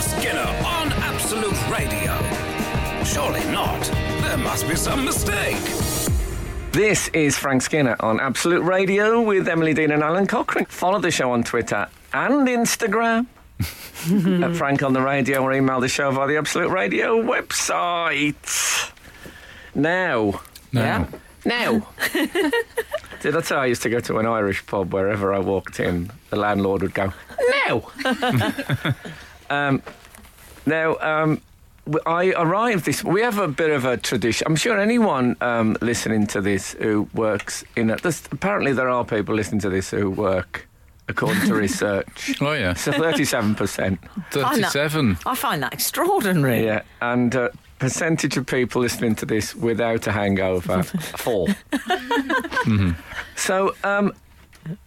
Skinner on Absolute Radio. Surely not. There must be some mistake. This is Frank Skinner on Absolute Radio with Emily Dean and Alan Cochrane. Follow the show on Twitter and Instagram. at Frank on the Radio or email the show via the Absolute Radio website. Now. No. Yeah. Now. Did I tell you I used to go to an Irish pub wherever I walked in, the landlord would go, Now. um, now, um, w- I arrived this. We have a bit of a tradition. I'm sure anyone um, listening to this who works in a. There's, apparently, there are people listening to this who work, according to research. Oh yeah, So 37%. I know. thirty-seven. I find that extraordinary. Yeah, and uh, percentage of people listening to this without a hangover, 4 So, um,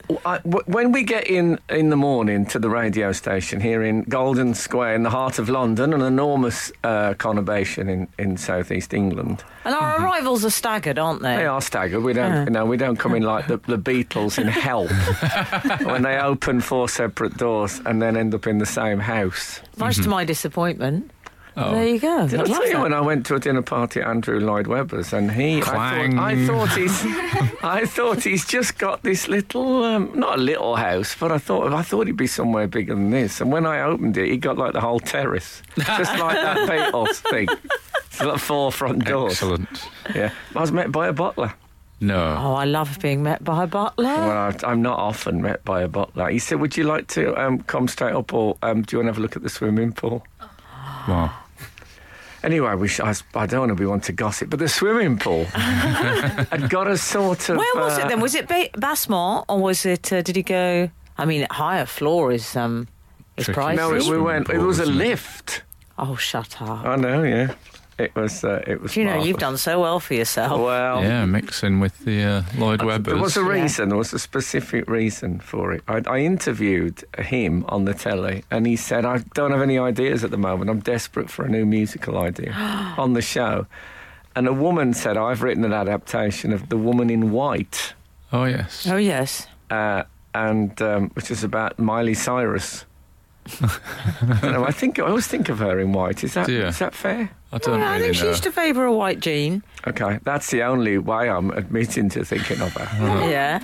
w- I- w- when we get in in the morning to the radio station here in Golden Square in the heart of London, an enormous uh, conurbation in in southeast England, And our arrivals are staggered, aren't they? Mm-hmm. they are staggered. We don't, you know, we don't come in like the, the Beatles in Help when they open four separate doors and then end up in the same house. Much to my disappointment. Mm-hmm. Oh. There you go. Did I I'd love tell you that. when I went to a dinner party at Andrew Lloyd Webber's and he, I Clang. thought, I thought he's, I thought he's just got this little, um, not a little house, but I thought I thought he'd be somewhere bigger than this. And when I opened it, he got like the whole terrace, just like that Beatles thing. It's like four front doors. Excellent. Yeah, I was met by a butler. No. Oh, I love being met by a butler. Well, I, I'm not often met by a butler. He said, "Would you like to um, come straight up, or um, do you want to have a look at the swimming pool?" Wow. Anyway, we sh- I, s- I don't want to be one to gossip, but the swimming pool had got a sort of. Where was uh, it then? Was it ba- Basmont or was it? Uh, did he go? I mean, higher floor is um is Tricky. pricey. No, it, we Swimming went. It pool, was a isn't it? lift. oh, shut up! I know. Yeah, it was. Uh, it was. Do you know you've marvellous. done so well for yourself? Well, Yeah, mixing with the uh, Lloyd Webber. there was a Yeah. reason. There was a specific reason for it. I, I interviewed him on the telly, and he said, "I don't have any ideas at the moment. I'm desperate for a new musical idea on the show." And a woman said, "I've written an adaptation of The Woman in White." Oh yes. Oh yes. uh, and um, which is about Miley Cyrus. I, don't know, I think I always think of her in white. Is that is Yeah. that fair? I don't Yeah, I really think she know. used to favour a white jean. Okay, that's the only way I'm admitting to thinking of Uh-huh. her. Uh-huh. Yeah.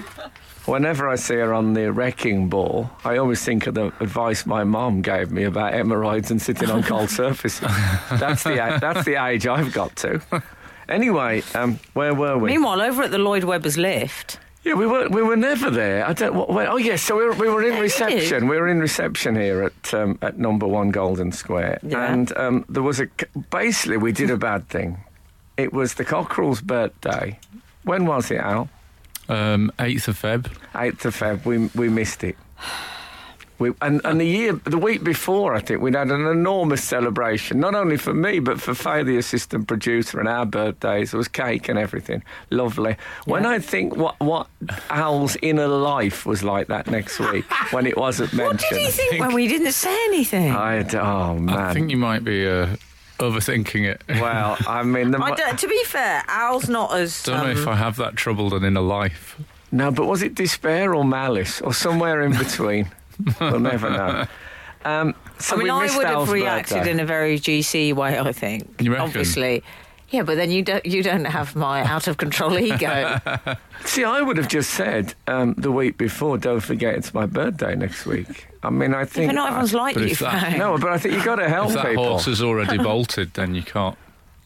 Whenever I see her on the wrecking ball, I always think of the advice my mum gave me about hemorrhoids and sitting on cold surfaces. That's the a- that's the age I've got to. Anyway, um, where were we? Meanwhile, over at the Lloyd Webber's lift, Yeah, we were we were never there. I don't. What, where- oh yes, so we were, we were in reception. We were in reception here at um, at number one Golden Square, Yeah. and um, there was a c- basically we did a bad thing. It was the cockerel's birthday. When was it, Al? Um, 8th of Feb. Eighth of Feb. We we missed it. We, and, and the year, the week before, I think we'd had an enormous celebration, not only for me, but for Faye, the assistant producer, and our birthdays. There was cake and everything. Lovely. When I think what, what Al's inner life was like that next week, when it wasn't mentioned. did he think when we didn't say anything? I d- oh, man. I think you might be uh, overthinking it. well, I mean, the, I mo- don't- to be fair, Al's not as. don't know um, if I have that troubled and in a life. No, but was it despair or malice or somewhere in between? we'll never know. Um, so I mean, we I missed would Al's have reacted birthday. in a very GC way. I think, You reckon? obviously. Yeah, but then you don't you don't have my out of control ego. See, I would have just said um, the week before, don't forget it's my birthday next week. I mean, I think. but not everyone's like but you, if that- Frank. No, but I think you've got to help If that people. horse has already bolted, then you can't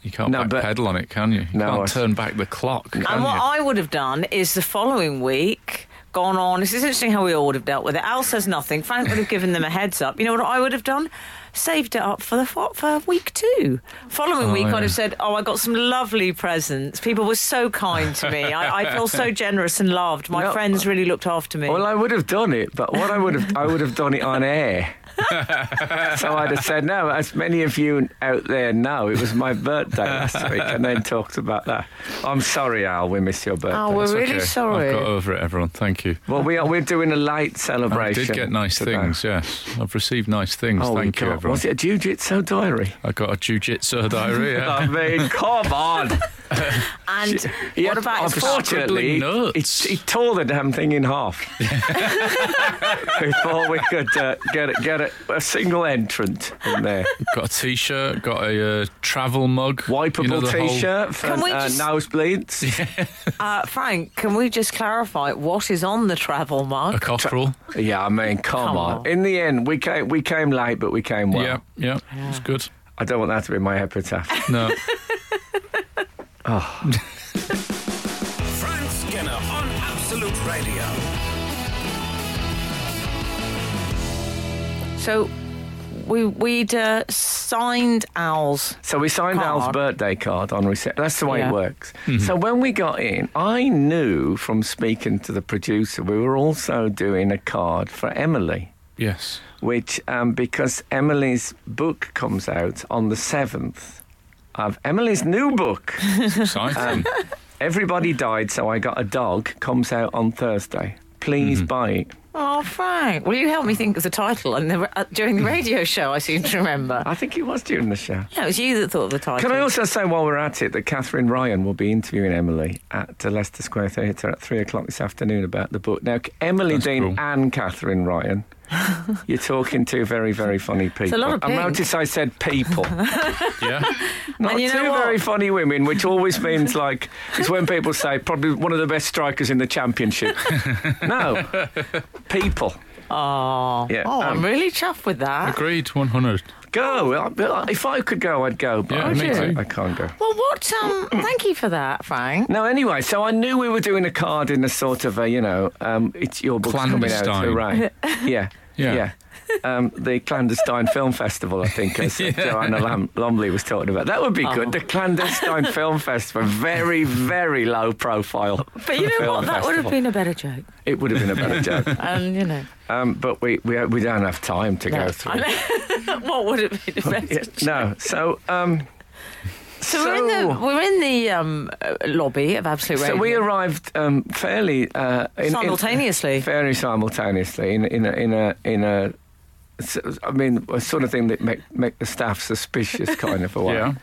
you can't No, but- backpedal on it, can you? You No, I can't s- turn back the clock. can And what you? I would have done is the following week gone on. This is interesting how we all would have dealt with it. Al says nothing. Frank would have given them a heads up. You know what I would have done? Saved it up for the fo- for week two. Following Oh, week, I'd yeah. have said, "Oh, I got some lovely presents. People were so kind to me. I, I feel so generous and loved. My No. friends uh, really looked after me." Well, I would have done it, but what I would have, I would have done it on air. so I'd have said, no, as many of you out there know, it was my birthday last week, and then talked about that. I'm sorry, Al, we missed your birthday. oh, we're It's really okay. sorry. I've got over it, everyone. Thank you. well, we are, we're doing a late I celebration. did get nice today. things, yes. I've received nice things. Oh, Thank you, God. everyone. Was it a jiu-jitsu diary? I got a jujitsu diary. I yeah. mean, come on. and He what had- about his fork? unfortunately, Scribbling he, notes. he tore the damn thing in half before we could uh, get it, get it, a, a single entrant in there. Got a T-shirt. Got a uh, travel mug. Wipeable You know, the whole- T-shirt for Can we uh, just- nosebleeds. Uh, Frank, can we just clarify what is on the travel A mug? cockerel. yeah, I mean, come, Come on. on. In the end, we came we came late, but we came well. yeah, yeah, It's good. I don't want that to be my epitaph. No. Frank Skinner on Absolute Radio. So we, we'd uh, signed ours. So we signed Card. Al's birthday card on reception. That's the way Yeah. Mm-hmm. it works. So when we got in, I knew from speaking to the producer, we were also doing a card for Emily, yes. which, um, because Emily's book comes out on the 7th of Emily's new book, Um. Exciting. Everybody Died, So I Got a Dog, comes out on Thursday. Mm-hmm. Please buy it. Oh, Frank, will you help me think of the title? And the, uh, during the radio show, I seem to remember. I think it was during the show. Yeah, it was you that thought of the title. Can I also say while we're at it that Catherine Ryan will be interviewing Emily at the Leicester Square Theatre at three o'clock this afternoon about the book. Now, C- Emily That's Dean cool. and Catherine Ryan, you're talking to very, very funny people. lot of I pink. notice I said people, yeah. not you two know what? very funny women, which always means like it's when people say probably one of the best strikers in the championship. no, people. Oh, Yeah, oh I'm um, really chuffed with that. Agreed. One hundred. Go. I- If I could go, I'd go, but Yeah, I, me can't- too. I can't go. Well, what? Um, thank you for that, Frank. No, anyway, so I knew we were doing a card in a sort of a, you know, um, it's your book's coming out, Clandestine. hooray. Yeah, yeah. Yeah. Um, the clandestine film festival, I think, as Joanna Lam- Lomley was talking about. That would be good. Oh. The clandestine film festival, very, very low profile. But you know film what? That would have festival. been a better joke. It would have been a better joke. And you know, Um, but we, we we don't have time to No. go through. what would have been a better? Yeah, no, so um, So, we're in the we're in the um, uh, lobby of Absolute Radio. so we arrived um, fairly uh, in- in- simultaneously. very simultaneously in in a, in a in a s- I mean a sort of thing that make make the staff suspicious kind of a way. Yeah.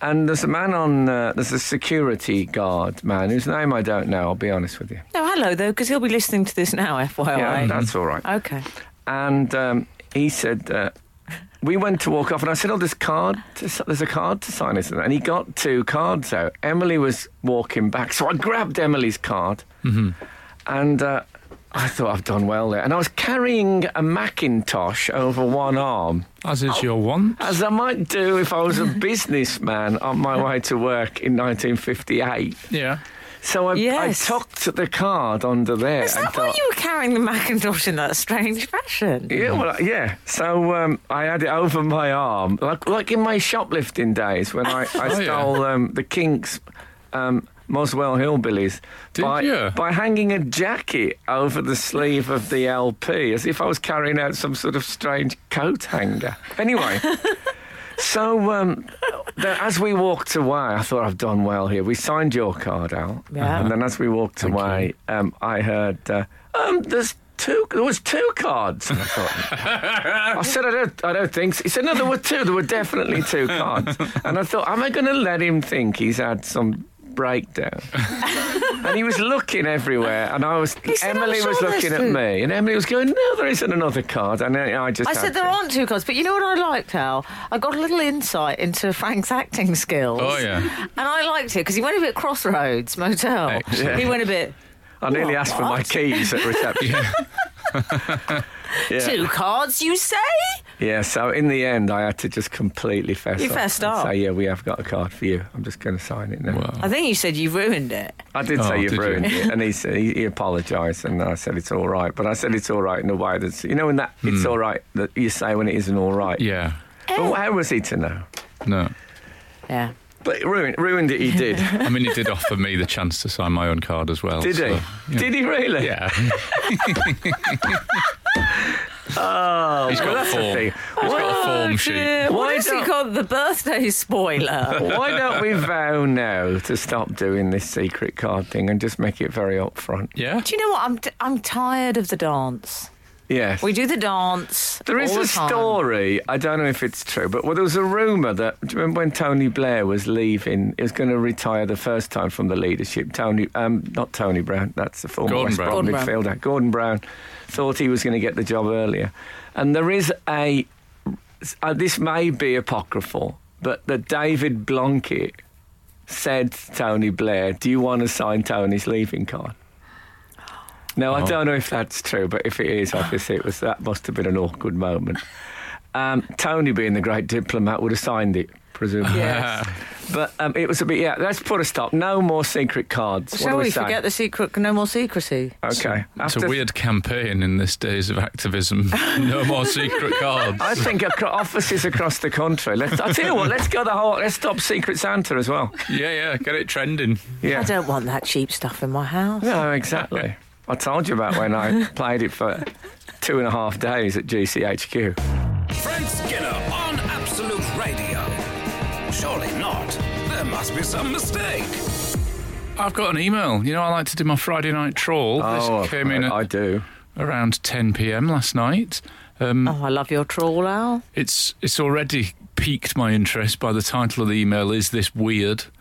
And there's a man on uh, there's a security guard man whose name I don't know. I'll be honest with you. no, hello though, because he'll be listening to this now. yeah, FYI. that's all right. okay. And um, he said. Uh, we went to walk off, and I said, "Oh, there's card. To, s- there's a card to sign, isn't there?" And he got two cards out. Emily was walking back, so I grabbed Emily's card, Mm-hmm. and uh, I thought I've done well there. And I was carrying a Macintosh over one arm, As is your one. as I might do if I was a businessman on my way to work in 1958. Yeah. So I, Yes. I tucked the card under there. Is and that why thought, you were carrying the Macintosh in that strange fashion? Yeah, Mm-hmm. well, yeah. So um, I had it over my arm, like like in my shoplifting days when I, I Oh, yeah. stole um, the Kinks. Um, Moswell Hillbillies Did by ya? by hanging a jacket over the sleeve of the LP as if I was carrying out some sort of strange coat hanger. Anyway, so um, the, as we walked away, I thought I've done well here. We signed your card out, Yeah. and then as we walked Thank away, um, I heard uh, um, there's two. There was two cards. And I, thought, I said, I don't, I don't think. So. He said, No, there were two. There were definitely two cards. And I thought, Am I going to let him think he's had some breakdown? and he was looking everywhere, and I was. said, "I'm Emily sure was there's looking at two." me, and Emily was going, No, there isn't another card. And I, I just. I had said there to. aren't two cards, but you know what I liked, Al? I got a little insight into Frank's acting skills. Oh, yeah. And I liked it because he went a bit crossroads motel. Excellent. He went a bit I nearly What? asked for my keys at reception. Yeah. Yeah. two cards, you say? Yeah, so in the end, I had to just completely fess You up. fessed and up. Say, yeah, we have got a card for you. I'm just going to sign it now. Wow. I think you said you ruined it. I did Oh, say you've did you? ruined it, and he said he, he apologised, and I said it's all right. But I said it's all right in a way that's you know in that it's all right that you say when it isn't all right. Hmm. Yeah. But how was he to know? No. Yeah. But it ruined ruined it. He did. I mean, he did offer me the chance to sign my own card as well. did he? so, yeah. Did he really? Yeah. Oh, He's well, got a that's the form. thing. He's got a form sheet. Oh, What Why is don't- he called? The birthday spoiler. Why don't we vow now to stop doing this secret card thing and just make it very upfront? Yeah. Do you know what? I'm, t- I'm tired of the dance. Yes. We do the dance. There is all a the time. story. I don't know if it's true, but well, there was a rumor that do you remember when Tony Blair was leaving? He was going to retire the first time from the leadership. Tony, um, not Tony Brown. That's the former Gordon West Brown. Brom Gordon Brown. midfielder. Gordon Brown thought he was going to get the job earlier, and there is a. Uh, this may be apocryphal, but that David Blunkett said to Tony Blair, "Do you want to sign Tony's leaving card?" No, I Oh. don't know if that's true, but if it is, obviously it was that must have been an awkward moment. Um, Tony, being the great diplomat, would have signed it, presumably. Yes. But um, it was a bit. Yeah, let's put a stop. No more secret cards. what Shall do we we say? forget the secret? No more secrecy. okay. It's After- a weird campaign in this days of activism. no more secret cards. I think acro- offices across the country. Let's. I tell you what. Let's go the whole. Let's stop Secret Santa as well. Yeah, yeah, get it trending. Yeah. I don't want that cheap stuff in my house. No, Oh, exactly. I told you about when I played it for two and a half days at GCHQ. Oh, Frank Skinner on Absolute Radio. Surely not. There must be some mistake. I've got an email. You know, I like to do my Friday night trawl. oh, this came in I, at I do. around 10 p.m. last night. Mm. Um, Oh, I love your trawl, Al. It's it's already piqued my interest by the title of the email. Is this weird?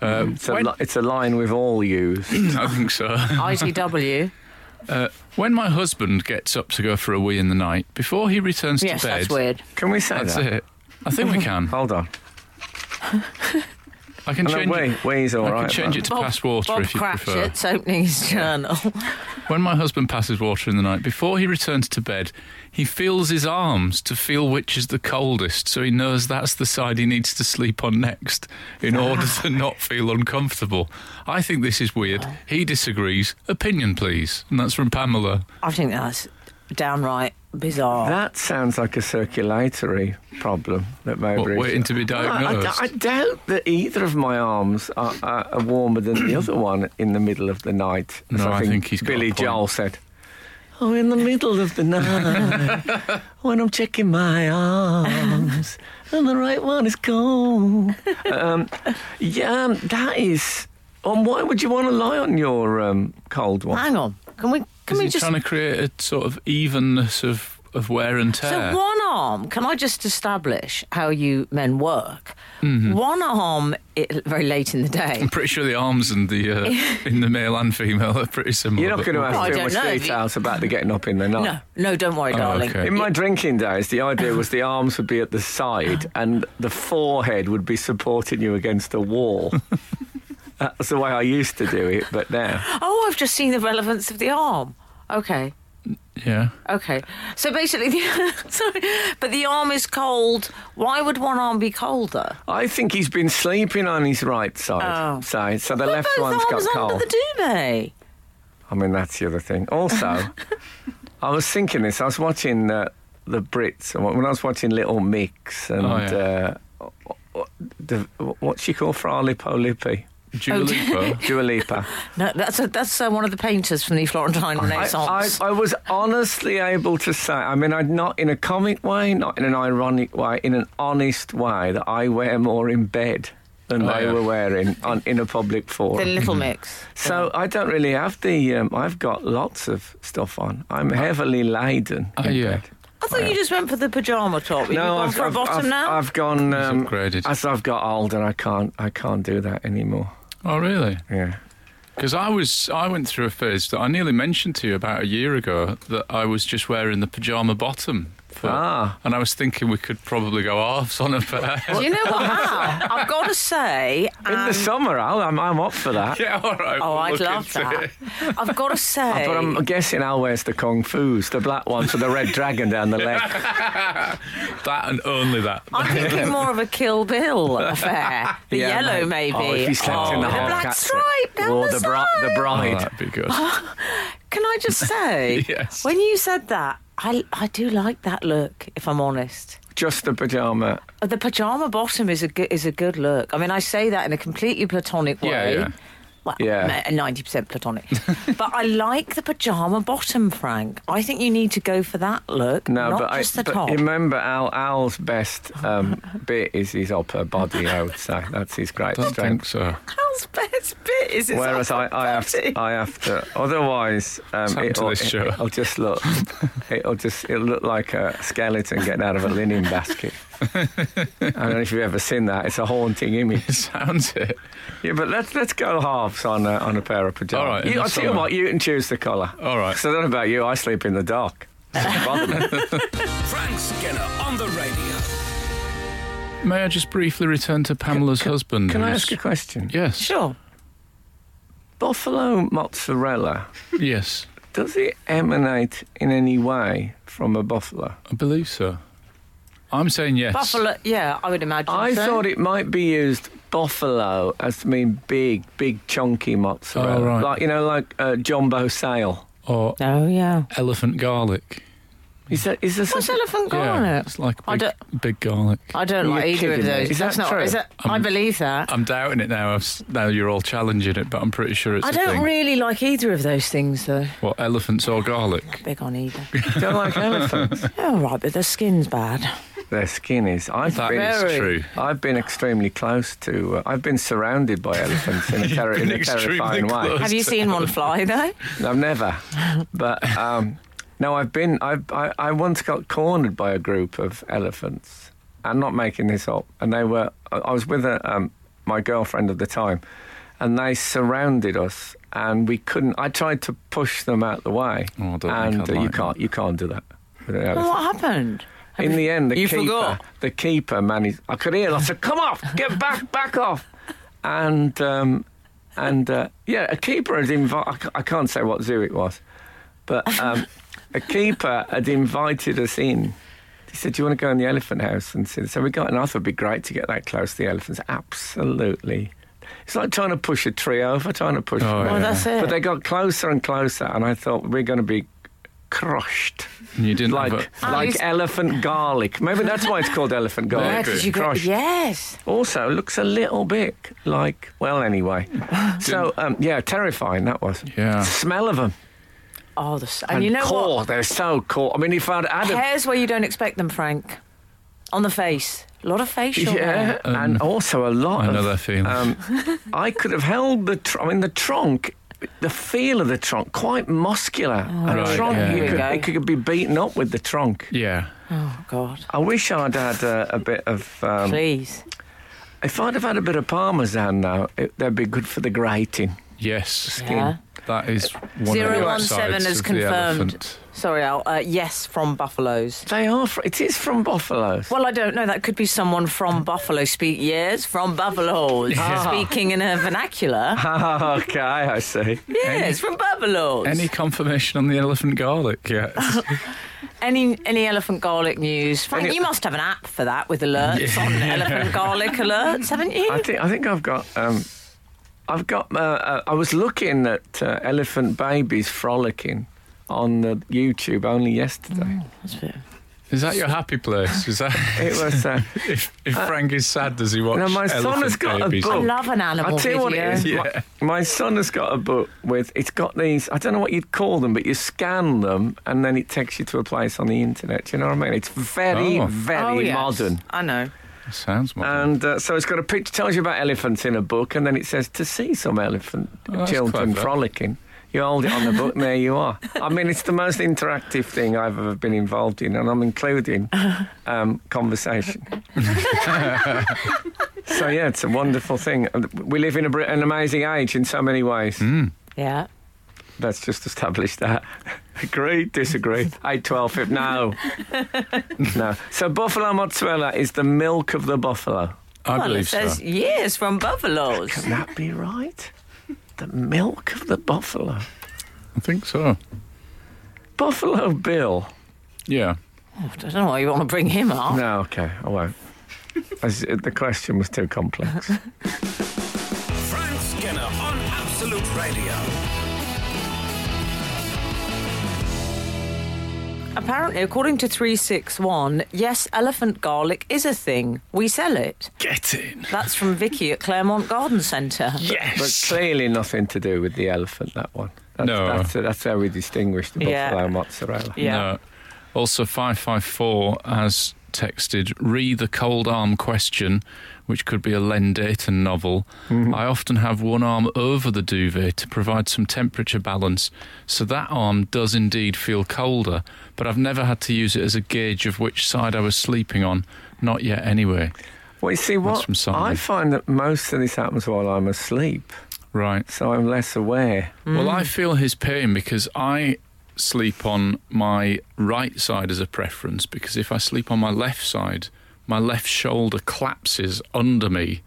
Uh, It's a, when- li- it's a line we've all used. I think so. ITW. When my husband gets up to go for a wee in the night, before he returns yes, to bed, that's weird. Can we say That's that? it. I think we can. Hold on. I can No, change. wee, it. wee's all I right. can change but- it to pass water Bob if you prefer. Cratchit's opening his journal. When my husband passes water in the night, before he returns to bed, he feels his arms to feel which is the coldest, so he knows that's the side he needs to sleep on next in order to not feel uncomfortable. I think this is weird. He disagrees. Opinion, please. And that's from Pamela. I think that's downright bizarre. That sounds like a circulatory problem that may What, be. waiting to be Ah, I, I d- diagnosed. I doubt that either of my arms are, are, are warmer than the other one in the middle of the night. as No, I think he's got a Billy point. Joel said. Oh, in the middle of the night, when I'm checking my arms, and the right one is cold. Um, yeah, um, that is. Um, why would you want to lie on your um, cold one? Hang on. Can we? Can is we he just? trying to create a sort of evenness of, of wear and tear? So one arm. Can I just establish how you men work? Mm-hmm. One arm, it, very late in the day. I'm pretty sure the arms and the uh, in the male and female are pretty similar. You're not but- going to Well, I have too don't much know, have you- details about the getting up in the night. No, no, don't worry, darling. Oh, okay. In my drinking days, the idea was the arms would be at the side and the forehead would be supporting you against a wall. That's the way I used to do it, but now. Oh, I've just seen the relevance of the arm. Okay. Yeah. Okay, so basically, the, sorry, but the arm is cold. Why would one arm be colder? I think he's been sleeping on his right side, Oh. side so the left Both one's got arms cold. under the duvet. I mean, that's the other thing. Also, I was thinking this. I was watching uh, the Brits and when I was watching Little Mix and Oh, yeah. uh, the, what's she called? Fra Lippo Lippi. Dua Lipa. Dua Lipa. No, that's a, that's uh, one of the painters from the Florentine I, Renaissance. I, I was honestly able to say, I mean, I'd not in a comic way, not in an ironic way, in an honest way, that I wear more in bed than Oh, they yeah. were wearing on, in a public the forum. Little Mix. So I don't really have the. Um, I've got lots of stuff on. I'm heavily laden. Oh, in Uh, yeah. bed. I thought you just went for the pajama top. Have you gone for a bottom I've, now? I've gone. Um, upgraded. As I've got older, I can't. I can't do that anymore. Oh, really? Yeah. Because I was, I went through a phase that I nearly mentioned to you about a year ago that I was just wearing the pajama bottom. For, Ah. And I was thinking we could probably go halves on a pair. Do you know what? Al? Ah, I've got to say, In um, the summer, Al, I'm, I'm up for that. yeah, all right. oh, we'll I'd look love into that. it. I've got to say, But I'm guessing Al wears the kung fu's, the black ones with the red dragon down the leg. That and only that. I'm thinking more of a Kill Bill affair. The Yeah, yellow, mate. maybe. Oh, if you slept Oh, in the with a hard black cat stripe down or the, the, side. bri- the Oh, bride. that'd be good. Can I just say, Yes. when you said that, I, I do like that look, if I'm honest. Just the pajama. Uh, The pajama bottom is a good, is a good look. I mean, I say that in a completely platonic Yeah, way. yeah. Well, Yeah. ninety percent platonic, but I like the pajama bottom, Frank. I think you need to go for that look, No, not but, I, just the but top. remember, Al, Al's best um, bit is his upper body, I would say. That's his great Don't strength. think so. How's Paul's best bit is his Whereas I, I have alphabet. to, I have to. Otherwise, um, happened to it'll, this show. it, will just look. It'll just it'll look like a skeleton getting out of a linen basket. I don't know if you've ever seen that. It's a haunting image. Sounds it. Yeah, but let's let's go halves on a, on a pair of pajamas. All right, in you, the I tell you summer. what, you can choose the colour. All right. 'Cause I don't know about you. I sleep in the dark. Doesn't bother me. Frank Skinner on the radio. May I just briefly return to Pamela's husband? Can I who's- ask a question? Yes. Sure. Buffalo mozzarella. Yes. Does it emanate in any way from a buffalo? I believe so. I'm saying yes. Buffalo, yeah, I would imagine. I so. thought it might be used buffalo as to mean big, big chunky mozzarella, Oh, right. like you know, like uh, jumbo sale. Or Oh, yeah. elephant garlic. Is that is there What's such elephant Yeah. garlic? It's like I big, big garlic. I don't You're like either of kidding me. those. Is That's that not. true? Um, Is that, I believe that. I'm doubting it now. I've, s- now you're all challenging it, but I'm pretty sure it's I a don't thing. really like either of those things, though. what elephants or garlic? Big on either. a don't like elephants? oh, right, but their skin's bad. Their skin is. I've That been, is Very. true. I've been extremely close to. Uh, I've been surrounded by elephants in a, terri been in a extremely terrifying way. close. Have you seen one fly though? I've never, but um, no, I've been. I, I I once got cornered by a group of elephants. I'm not making this up. And they were. I- I was with a, um, my girlfriend at the time, and they surrounded us, and we couldn't. I tried to push them out the way, Oh, I don't think and I'd uh, you like can't. You can't do that. with an Well, elephant. what happened? In the end, the You keeper, forgot. the keeper managed. I could hear. I said, "Come off, get back, back off," and um, and uh, yeah, a keeper had invited. I, ca- I can't say what zoo it was, but um, a keeper had invited us in. He said, "Do you want to go in the elephant house?" And see? so we got. And I thought it'd be great to get that close to the elephants. Absolutely, it's like trying to push a tree over, trying to push. Oh, them yeah. Well, over. that's it. But they got closer and closer, and I thought we're going to be crushed And you didn't have like a- Ah, like it's- elephant garlic. Maybe that's why it's called elephant garlic. yeah, agree. did you go? Crushed. Yes. Also, looks a little bit like well, anyway. so um, yeah, terrifying that was. Yeah. Smell of them Oh, the s- and, and you know core. what? They're so core. I mean, if I'd had a Hairs where you don't expect them, Frank. On the face, a lot of facial. yeah, hair. and also a lot. Um, I know of, um, that feeling. I could have held the. Tr- I mean, the trunk. The feel of the trunk, quite muscular. Oh, a Right, trunk, yeah. you Here we could, go. it could be beaten up with the trunk. yeah. Oh God, I wish I'd had uh, a bit of um, please. If I'd have had a bit of parmesan now, it, that'd be good for the grating. Yes. Yeah. That is one of Zero the one seven upsides has of the confirmed. elephant. Sorry, Al. Uh, yes, from buffaloes. They are. Fr- it is from buffaloes. Well, I don't know. That could be someone from Buffalo. Speak yes, from Buffaloes, speaking in a vernacular. Ah, okay, I see. Yes, from Buffaloes. Any confirmation on the elephant garlic? Yeah. Any any elephant garlic news? Frank, Any- you must have an app for that with alerts on elephant garlic alerts, haven't you? I think I think I've got. Um, I've got. Uh, uh, I was looking at uh, elephant babies frolicking on the YouTube only yesterday. That's a bit- is that your happy place? Is that It was. Uh, if, if Frank is sad, does he watch? no, my son elephant has got a babies? book. I love an animal I tell you video. what it is. Yeah. My, my son has got a book with. It's got these. I don't know what you'd call them, but you scan them and then it takes you to a place on the internet. Do you know what I mean? It's very, Oh. very Oh, yes. modern. I know. Sounds modern. And uh, so it's got a picture, tells you about elephants in a book, and then it says to see some elephant Oh, that's children clever. frolicking. You hold it on the book, and there you are. I mean, it's the most interactive thing I've ever been involved in, and I'm including um, conversation. so yeah, it's a wonderful thing. And We live in a, br- an amazing age in so many ways. Mm. Yeah. Let's just establish that. Agree, disagree. 8, 12, 15. No. no. So, buffalo mozzarella is the milk of the buffalo. I Well, it believe so. says yes from Buffaloes. Can that be right? The milk of the buffalo. I think so. Buffalo Bill. Yeah. I don't know why you want to bring him up. No, okay, I won't. As- the question was too complex. Frank Skinner on Absolute Radio. Apparently, according to 361, yes, elephant garlic is a thing. We sell it. Get in. That's from Vicky at Claremont Garden Centre. But Yes. clearly nothing to do with the elephant, that one. That's, No. That's, that's how we distinguish the Yeah. buffalo mozzarella. Yeah. No. Also, 554 has texted Re the Cold Arm Question, which could be a Len Dayton novel. I often have one arm over the duvet to provide some temperature balance, so that arm does indeed feel colder, but I've never had to use it as a gauge of which side I was sleeping on. Not yet, anyway. Well, you see what? from Simon. I find that most of this happens while I'm asleep, Right. so I'm less aware. Well, I feel his pain because I sleep on my right side as a preference because if I sleep on my left side, my left shoulder collapses under me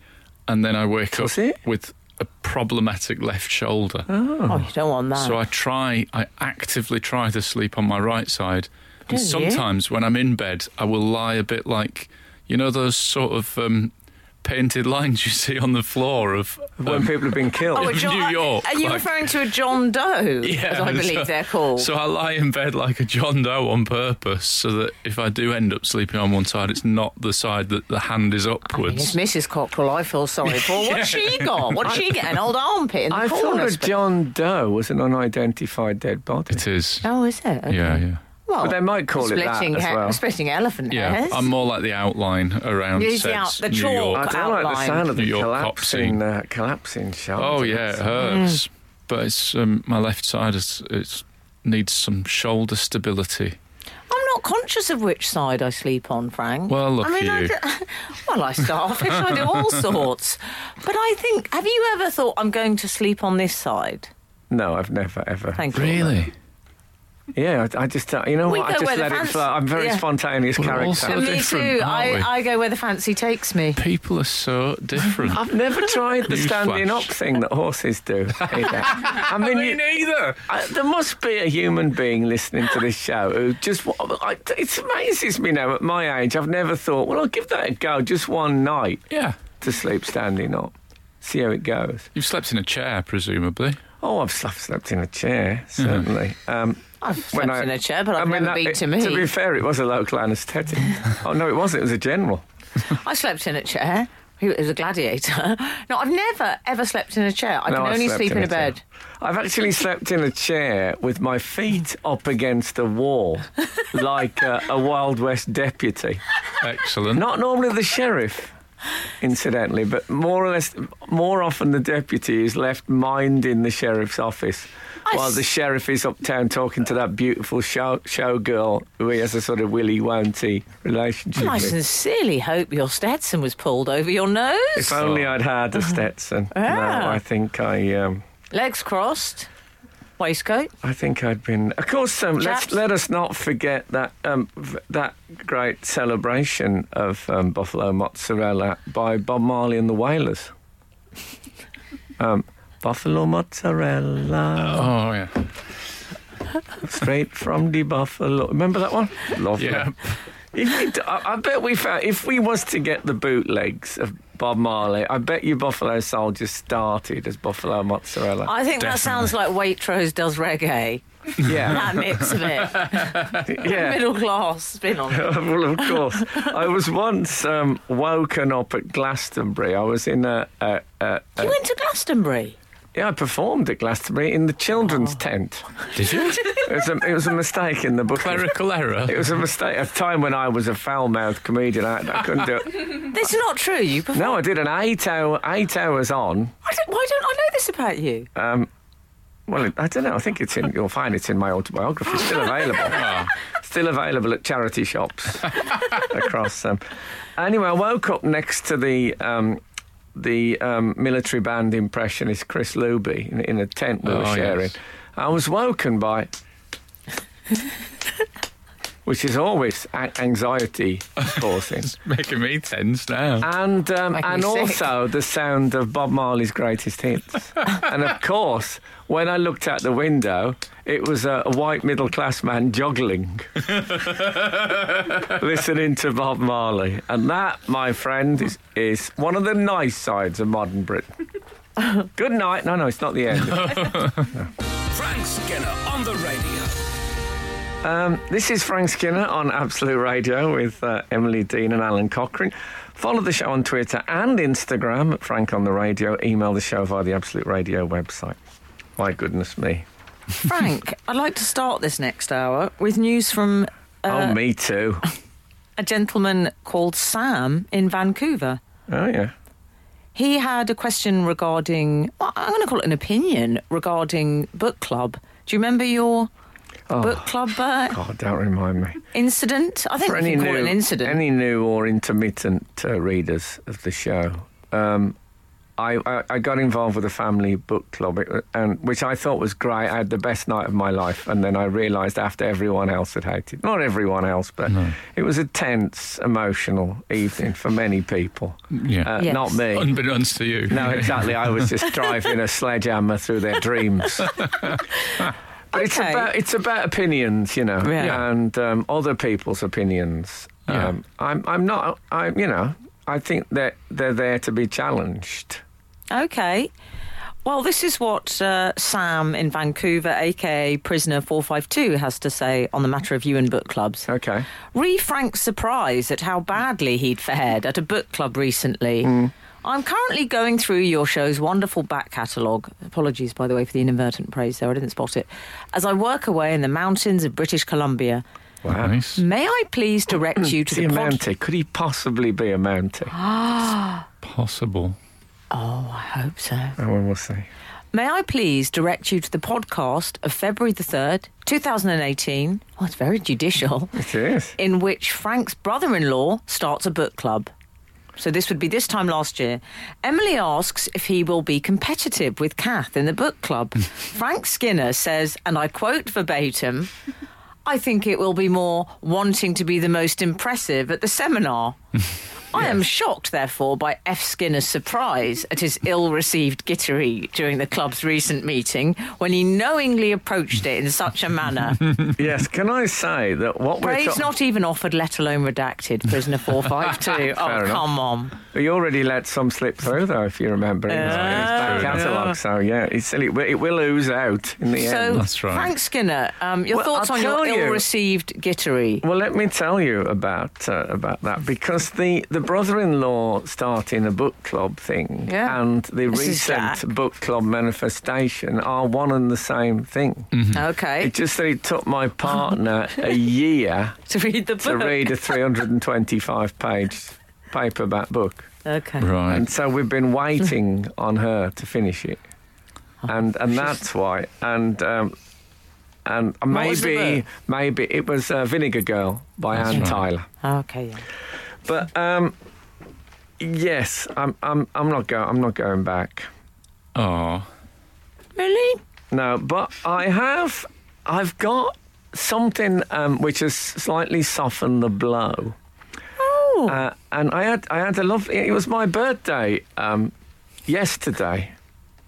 and then I wake Does up it? with a problematic left shoulder. Oh, you don't want that. So I try, I actively try to sleep on my right side. And Do you? sometimes when I'm in bed, I will lie a bit like, you know, those sort of um, painted lines you see on the floor of. um, When people have been killed. Oh, a in New York, Are you like- referring to a John Doe? as I believe so- they're called. So I lie in bed like a John Doe on purpose, so that if I do end up sleeping on one side, it's not the side that the hand is Yes, upwards. Mrs. Cockrell, I feel sorry for. What's she got? What's she get? An old armpit in the I thought corner. a sp- John Doe was an unidentified dead body. It is. Oh, is it? Okay. Yeah, yeah. Well, But they might call it that splitting as he- well. Splitting elephant Yeah, hairs. I'm more like the outline around Use the says out- the New chalk. I York. don't like the Outline. sound of New the York cop collapsing, scene. uh, collapsing shoulder. Oh yeah, it Mm. hurts, but it's um, my left side is it's needs some shoulder stability. I'm not conscious of which side I sleep on, Frank. Well, look I mean, at I you. do- well, I starfish. I do all sorts. But I think, have you ever thought I'm going to sleep on this side? No, I've never ever. Thank you. Really? Yeah, I, I just uh, you know We what? I go just where the let it fans- flow. I'm very yeah. spontaneous We're all character. so And me different, too. aren't we? I, I go where the fancy takes me. People are so different. I've never tried the Newsflash. standing up thing that horses do. either. I mean, you- neither. I, there must be a human being listening to this show who just. wa- I, it amazes me now at my age. I've never thought, well, I'll give that a go just one night Yeah, to sleep standing up, see how it goes. you've slept in a chair, presumably. Oh, I've slept, slept in a chair, certainly. Um, I've when slept in I- a chair, but I've mean, never that- been it- to me. To be fair, it was a local anaesthetic. oh, no, it wasn't. It was a general. I slept in a chair. It was a gladiator. No, I've never ever slept in a chair. I No, can I only slept sleep in, a chair. bed. I've actually slept in a chair with my feet up against a wall, like uh, a Wild West deputy. Excellent. Not normally the sheriff, incidentally, but more or less, more often the deputy is left minding the sheriff's office. I While the s- sheriff is uptown talking to that beautiful show, showgirl who he has a sort of willy wonty relationship I with. sincerely hope your Stetson was pulled over your nose. If only I'd had a Stetson. No, Uh-huh. Ah. I think I, um, Legs crossed, waistcoat. I think I'd been. Of course, um, let's, Chaps. let us not forget that um, v- that great celebration of um, buffalo mozzarella by Bob Marley and the Wailers. um, buffalo mozzarella, Oh yeah, straight from the buffalo. Remember that one? Lovely. yeah. If we d- I I bet we found if we was to get the bootlegs of Bob Marley, I bet you Buffalo Soldier started as Buffalo Mozzarella. I think that sounds like Waitrose does reggae. yeah, That mix of it. yeah. Middle class spin on it. well, of course. I was once um, woken up at Glastonbury. I was in a, a, a, You went to Glastonbury. yeah. I performed at Glastonbury in the children's tent. Did you? It was, a, it was a mistake in the book. Clerical error. It was a mistake. A time when I was a foul-mouthed comedian, I, I couldn't do it. This is not true. You performed. No, I did an eight-hour, eight hours on. I don't, why don't I know this about you? Well, I don't know. I think it's in. You'll find it's in my autobiography. It's still available. Ah, Still available at charity shops across. Um. Anyway, I woke up next to the um, the um, military band impressionist Chris Luby in, in a tent we were Oh, sharing. yes. I was woken by, which is always a- anxiety causing, it's making me tense now. and um, Make me and sick. also the sound of Bob Marley's greatest hits. and of course, when I looked out the window, it was a, a white middle class man joggling, listening to Bob Marley. And that, my friend, is, is one of the nice sides of modern Britain. Good night. No, no, it's not the end. Frank Skinner on the radio. this is Frank Skinner on Absolute Radio with uh, Emily Dean and Alan Cochrane. Follow the show on Twitter and Instagram at Frank on the Radio. Email the show via the Absolute Radio website. My goodness me. Frank, I'd like to start this next hour with news from. Uh, oh, me too. a gentleman called Sam in Vancouver. Oh, yeah. He had a question regarding, well, I'm going to call it an opinion regarding book club. Do you remember your Oh. book club uh, God, don't remind me. incident? I think For we any can call new, it an incident. any new or intermittent uh, readers of the show, um, I, I, I got involved with a family book club, it, wa- and which I thought was great. I had the best night of my life, and then I realised after everyone else had hated, not everyone else, but it was a tense, emotional evening for many people. Yeah. Oh, Uh, Yes. Not me. Unbeknownst to you. No, exactly. I was just driving a sledgehammer through their dreams. But it's Okay. about it's about opinions, you know, Yeah. and um, other people's opinions. Yeah. Um, I'm I'm not I you know I think that they're there to be challenged. Okay. Well, this is what uh, Sam in Vancouver, aka Prisoner 452, has to say on the matter of you and book clubs. Okay. Re Frank's surprise at how badly he'd fared at a book club recently. I'm currently going through your show's wonderful back catalogue. Apologies, by the way, for the inadvertent praise there. I didn't spot it. As I work away in the mountains of British Columbia, Wow. Nice. may I please direct you to Is he the a pod- Mountie? Could he possibly be Oh, a Mountie? Possible. Oh, I hope so. Oh, well, we'll see. May I please direct you to the podcast of February the 3rd, 2018? Oh, it's very judicial. It is. in which Frank's brother in law starts a book club. So this would be this time last year. Emily asks if he will be competitive with Kath in the book club. Frank Skinner says, and I quote verbatim, I think it will be more wanting to be the most impressive at the seminar. I am shocked, therefore, by F. Skinner's surprise at his ill received gittery during the club's recent meeting when he knowingly approached it in such a manner. yes. Can I say that what we're Praise talking? not even offered, let alone redacted. Prisoner 452. oh, Fair enough. come on. He already let some slip through, though, if you remember. in his- in his back Oh, yeah. catalogue. So, yeah, it's silly. It will- It will ooze out in the So, end. That's right. Frank Skinner, um, your Well, thoughts I'll on your tell you. ill received gittery? Well, let me tell you about uh, about that because the, the brother-in-law starting a book club thing Yeah. and the This is Jack. recent book club manifestation are one and the same thing. Okay. It's just that it took my partner a year To read the book. to read a 325-page paperback book. Okay. Right. And so we've been waiting on her to finish it, Oh, and and that's why. And um, and What was the maybe book? maybe it was uh, Vinegar Girl by Anne right. Tyler. Okay. yeah. But um, yes, I'm I'm I'm not going I'm not going back. Oh. Really? No, but I have I've got something um, which has slightly softened the blow. Oh. Uh, and I had I had a lovely. It was my birthday um, yesterday.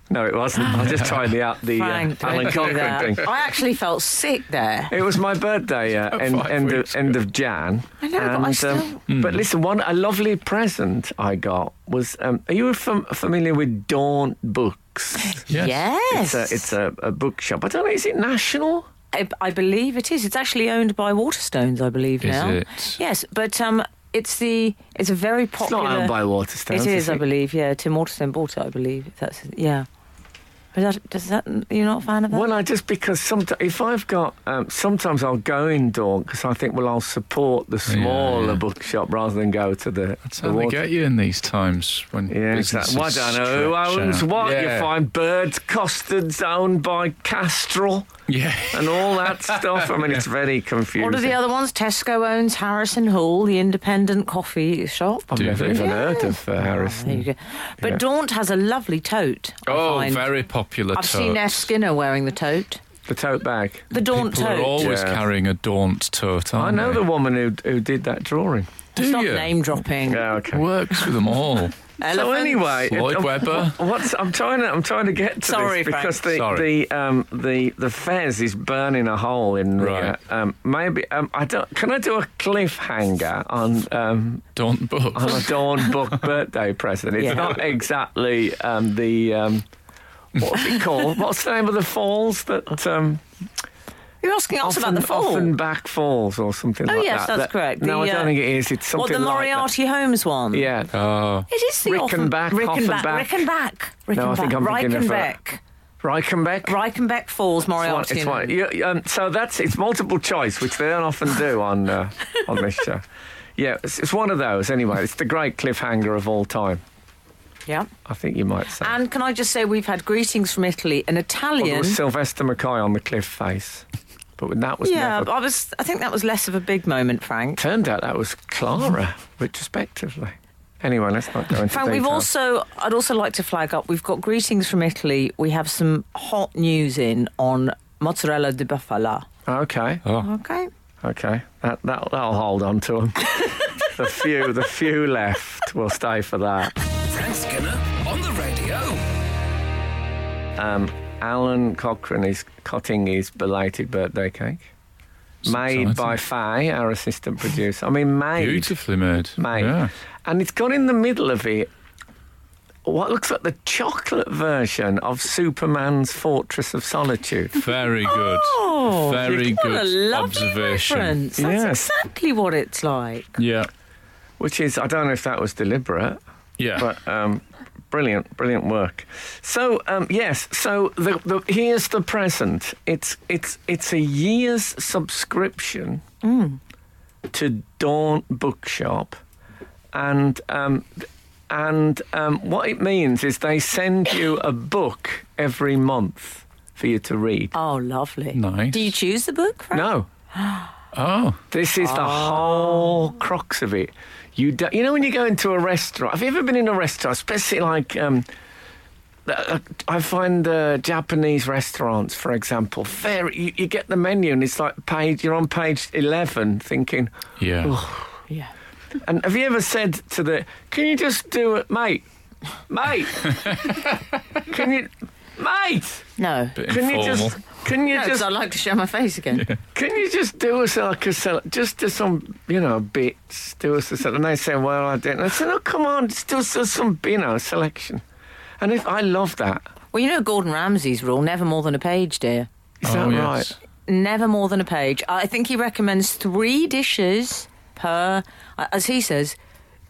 No, it wasn't. I just tried the out the uh, Frank, Alan don't do Cochrane that. thing. I actually felt sick there. It was my birthday, uh, end, Five end, of, weeks ago. Hmm. end of Jan. um, I know, but I still- But listen, one a lovely present I got was. Um, are you fam- familiar with Daunt Books? Yes. Yes. It's a, it's a, a bookshop. I don't know. Is it national? I, I believe it is. It's actually owned by Waterstones, I believe Is now. it? Yes, but um, it's the it's a very It's popular. not owned by Waterstones. It is, it? I believe. Yeah, Tim Waterstone bought it, I believe. If that's yeah. Is that, does that you're not a fan of that? Well, I just because sometimes if I've got um, sometimes I'll go indoor because I think well I'll support the smaller yeah. bookshop rather than go to the. That's the how they water- get you in these times when Yeah, businesses exactly. Well, I don't know who owns stretch out. what. Yeah. You find birds, costards owned by Castrol Yeah. and all that stuff. I mean, it's very confusing. what are the other ones? Tesco owns Harrison Hall, the independent coffee shop. I've Do never they? even heard of uh, Oh, there you Harrison. go. But Yeah. Daunt has a lovely tote. I Oh, find. very popular. I've seen F. Skinner wearing the tote. The tote bag. The Daunt People are tote. always Yeah. carrying a daunt tote. I aren't know they? the woman who who did that drawing. Do it's not you? name dropping. Yeah, okay. Works with them all. So Elephants. anyway, Floyd um, Webber. What's I'm trying to I'm trying to get to Sorry, this because the Frank. Sorry. the um the the Fez is burning a hole in the, Right. uh, um maybe um I don't can I do a cliffhanger on um Daunt book. on a Dawn Book birthday present? It's Yeah. not exactly um the um what's it called? what's the name of the falls that um You're asking us often, about the fall. often back falls or something Oh, like yes, that? that's That- correct. No, The, I uh, don't think it is. It's what something the like that. Moriarty Holmes one? Yeah. Oh, It is the Rickenback, Offen- Rickenback, Offenbach. Rickenback, Rickenback, No, I think I'm thinking of, uh, Reichenbach, Reichenbach. Reichenbach Falls, It's Moriarty. one, it's and- one. You, um, so that's it's multiple choice, which they don't often do on uh, on this show. Yeah, it's, it's one of those anyway. It's the great cliffhanger of all time. Yeah. I think you might say. And can I just say we've had greetings from Italy, an Well, Italian. Oh, there was Sylvester McCoy on the cliff face, but that was yeah, never. but I was. I think that was less of a big moment, Frank. Turned out that was Clara, retrospectively. Anyway, let's not go into Frank, we've detail. also, I'd also like to flag up, we've got greetings from Italy. We have some hot news in on mozzarella di bufala. Okay, Oh, Okay. okay. That, that, that'll hold on to them. the few, the few left will stay for that. Frank Skinner on the radio. Um, Alan Cochrane is cutting his belated birthday cake. Made exciting. by Faye, our assistant producer. I mean, made. beautifully made. mate. Yeah. And it's got in the middle of it what looks like the chocolate version of Superman's Fortress of Solitude. Very good. Oh, Very what a good lovely observation. reference. Yes. That's exactly what it's like. Yeah. Which is, I don't know if that was deliberate, Yeah. but um, brilliant, brilliant work. So um, yes, so the, the, here's the present. It's it's it's a year's subscription to Dawn Bookshop, and um, and um, what it means is they send you a book every month for you to read. Oh, lovely. Nice. Do you choose the book, Frank? No, oh. This is the whole crux of it. You do, you know when you go into a restaurant. Have you ever been in a restaurant, especially like? Um, uh, I find uh, Japanese restaurants, for example, very. You, you get the menu and it's like page. You're on page eleven, thinking. Yeah. Yeah. And have you ever said to the? Can you just do it, mate? Mate, can you, mate? No. Bit Can informal. you just? Can you No, 'cause just? I like to show my face again. Can you just do us like a sell? Just do some, you know, bits. Do us a sell. And they say, well, I didn't. I said, oh, come on, just do us some, you know, selection. And if I love that, Well, you know Gordon Ramsay's rule: never more than a page, dear. is oh, that yes. Never more than a page. I think he recommends three dishes per, uh, as he says,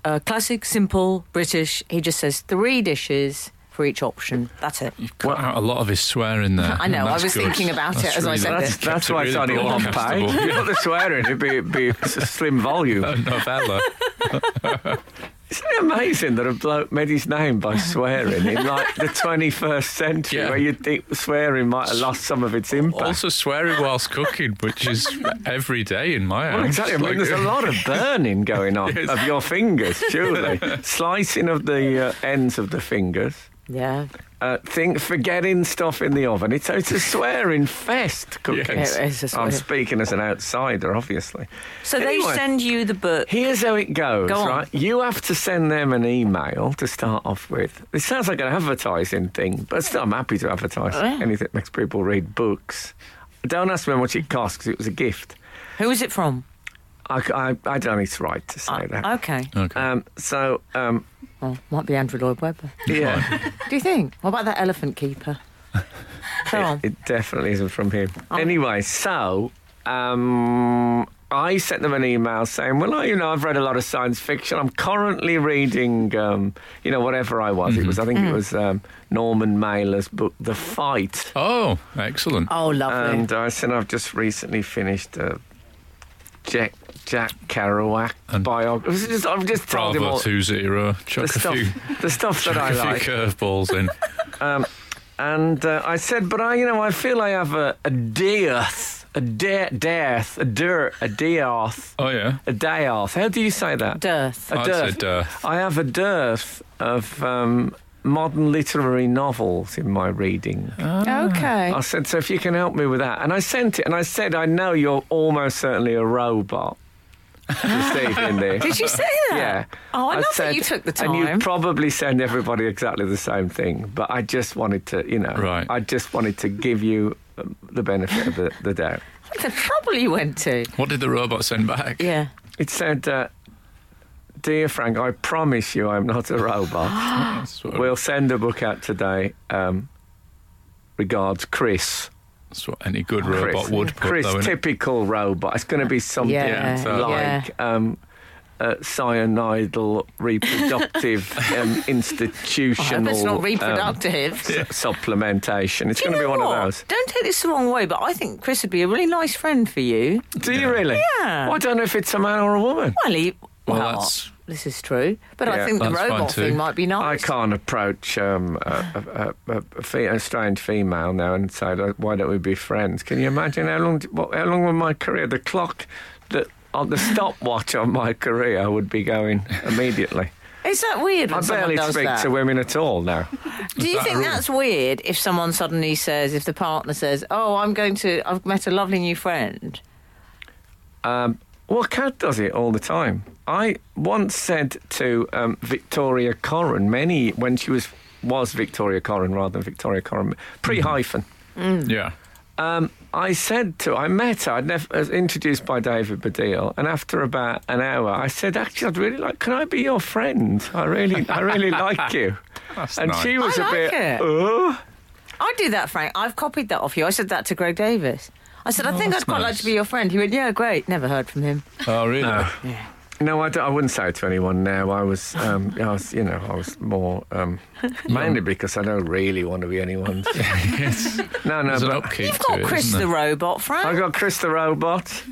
uh, classic, simple, British. He just says three dishes for each option. That's it. You've cut out a lot of his swearing there. I know, I That's was good. thinking about it That's as I really- said right? That's, this. kept that's it why it's really only one page. broadcastable. You're not the swearing, it'd be, it'd be a slim volume. A novella. Isn't it amazing that a bloke made his name by swearing in like the 21st century Yeah. where you'd think swearing might have lost some of its impact? also swearing whilst cooking, which is every day in my house. Well, exactly. I mean, Like- there's a lot of burning going on Yes. of your fingers, surely. Slicing of the uh, ends of the fingers. Yeah, Uh, think, forgetting stuff in the oven. It's, it's a swearing fest cooking. Yes. It is a I'm swearing- speaking as an outsider, obviously. So Anyway. they send you the book. Here's how it goes, Go on. right? You have to send them an email to start off with. It sounds like an advertising thing, but still, I'm happy to advertise Oh, yeah. anything that makes people read books. Don't ask me how much it cost because it was a gift. Who is it from? I, c- I- I don't think it's right to say Uh, that. okay. Okay. Um, so, um, Well, might be Andrew Lloyd Webber. yeah, Do you think? What about that elephant keeper? Go on. it definitely isn't from him. Anyway, so um, I sent them an email saying, Well, I- you know, I've read a lot of science fiction. I'm currently reading, um, you know, whatever I was. It was, I think it was um, Norman Mailer's book, The Fight. oh, excellent. oh, lovely. And I said, I've just recently finished uh, Jack, Jack Kerouac And- biography. Just, I've just told him Bravo all two zero. the Chuck a stuff, few, the stuff that chuck I a few like. curveballs in. And uh, I said, but I, you know, I feel I have a, a death, a de- death, a dirt, a death, Oh yeah. uh, a day off. How do you say that? Dearth. A I'd say dearth. dearth. I have a dearth of um, modern literary novels in my reading. Oh. Okay. Ah. I said, so if you can help me with that. And I sent it, and I said, I know you're almost certainly a robot receiving this. Did you say that? Yeah. Oh, I, love said- that you took the And you time. probably send everybody exactly the same thing, but I just wanted to, you know, Right. I just wanted to give you um, the benefit of the, the doubt. the trouble you went to. What did the robot send back? Yeah. It said, uh, Dear Frank, I promise you I'm not a robot. That's what, we'll send a book out today. Um, regards, Chris. that's what any good Chris, robot would put. Chris though, innit? typical robot. It's going to be something Yeah, so- like um, uh, cyanidal reproductive um, I institutional hope it's not um, reproductive. su- supplementation. It's Do you going to be one know what? of those. Don't take this the wrong way, but I think Chris would be a really nice friend for you. Do you really? Yeah. Well, I don't know if it's a man or a woman. Well, he, Well, Well, that's- this is true. But Yeah, I think the that's fine robot too. thing might be I nice. can't approach um, a, a, a, a, fe- a strange female now and say, "Look, "Why don't we be friends?" Can you imagine how long? What, how long will my career? The clock, the on the stopwatch on my career would be going immediately. Is that weird when I someone barely does speak that? to women at all now. Do you that a think rule? that's weird if someone suddenly says, if the partner says, "Oh, I'm going to, I've met a lovely new friend." Um, well, Kat does it all the time. I once said to um, Victoria Corrin, many when she was was Victoria Corrin rather than Victoria Corrin, pre hyphen. Yeah. Um, I said to, I met her. I'd never I was introduced by David Baddiel, and after about an hour, I said, "Actually, I'd really like. Can I be your friend? I really, I really like you." That's and nice. she was I a like bit, it. "Oh." I do that, Frank. I've copied that off you. I said that to Greg Davis. I said, "I think Oh, that's I'd quite like nice. to be your friend." He went, "Yeah, great." Never heard from him. Oh, really? No, I, don't- I wouldn't say it to anyone now. I was, um, I was, you know, I was more um, mainly because I don't really want to be anyone's. yes. No, no, There's an but upkeep You've to got it, Chris isn't the there? robot, Frank. I got Chris the robot,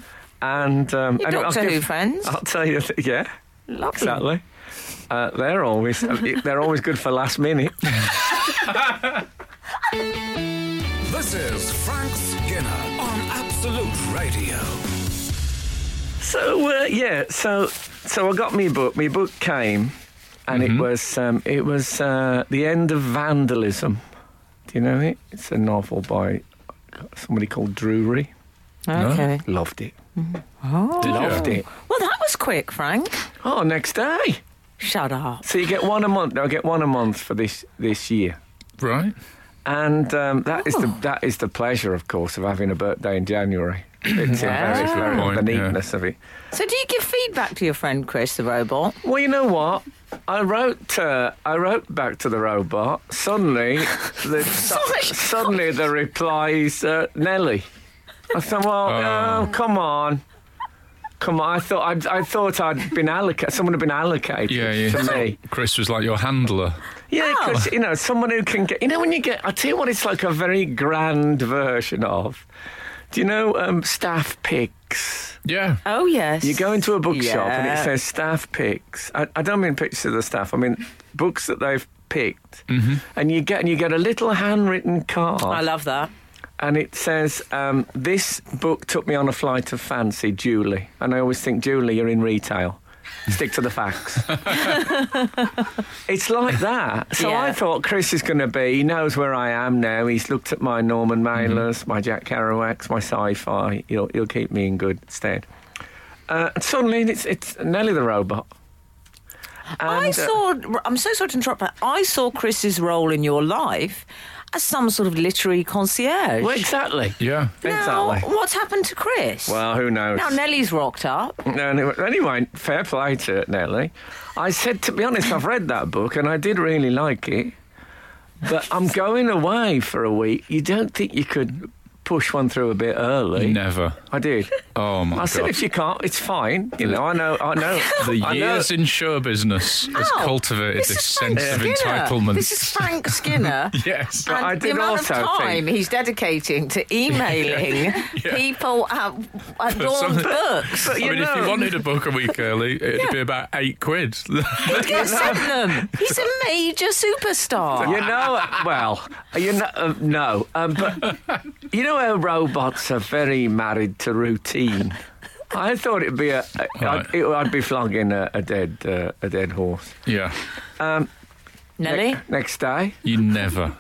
and um, Your anyway, Doctor I'll, Who give- friends. I'll tell you, th- yeah, Lovely. exactly. Uh, they're always, they're always good for last minute. This is Frank Skinner on Absolute Radio. So uh, yeah, so so I got me book. My book came, and it was um, it was uh, the end of vandalism. Do you know it? It's a novel by somebody called Drury. Okay. Loved it. Oh. Did you? Loved it. Well, that was quick, Frank. Oh, next day. Shut up. So you get one a month. I get one a month for this this year. Right. And um, that is the that is the pleasure, of course, of having a birthday in January. It's in That's a very, good very point, the yeah. neatness of it. So, do you give feedback to your friend Chris the robot? Well, you know what? I wrote. Uh, I wrote back to the robot. Suddenly, the, su- suddenly the reply is uh, Nelly. I thought, well, Oh. oh, come on, come on. I thought I'd, I thought I'd been allocated. Someone had been allocated Yeah, yeah. to me. Chris was like your handler. Yeah, Oh. because you know someone who can get. You know when you get. I tell you what, it's like a very grand version of. Do you know um, staff picks? Yeah. Oh yes. You go into a bookshop and it Yeah. says staff picks. I, I don't mean pictures of the staff. I mean books that they've picked. And you get and you get a little handwritten card, I love that. and it says, um, "This book took me on a flight of fancy, Julie." And I always think, Julie, you're in retail. Stick to the facts. it's like that. So Yeah. I thought Chris is going to be. He knows where I am now. He's looked at my Norman Mm-hmm. Mailers, my Jack Kerouacs, my sci-fi. He'll, he'll keep me in good stead. Uh, and suddenly, it's, it's Nelly the robot. And, I uh, saw. I'm so sorry to interrupt, but I saw Chris's role in your life as some sort of literary concierge. well, exactly. Yeah. now, Exactly. what's happened to Chris? Well, who knows? now Nelly's rocked up. No, anyway, anyway, fair play to it, Nelly. I said, to be honest, I've read that book and I did really like it, but I'm going away for a week. You don't think you could push one through a bit early? Never. I did. Oh my I god. said, if you can't, it's fine. You know, I know, I know. the I know- years in show business has Ow. cultivated this, Oh, this is Frank sense of Skinner. entitlement. This is Frank Skinner. yes. But And I the did amount also of think- time he's dedicating to emailing Yeah. people at, at something- Dawn's books. But I you mean, if you know- wanted a book a week early, it'd be about eight quid. Get sent them. He's a major superstar. You know, well, you know, um, no, um, but you know how robots are very married to routine. I thought it'd be a, a Right. would it, I'd be flogging a, a dead, uh, a dead horse. yeah. Nelly, Ne- next day, You never.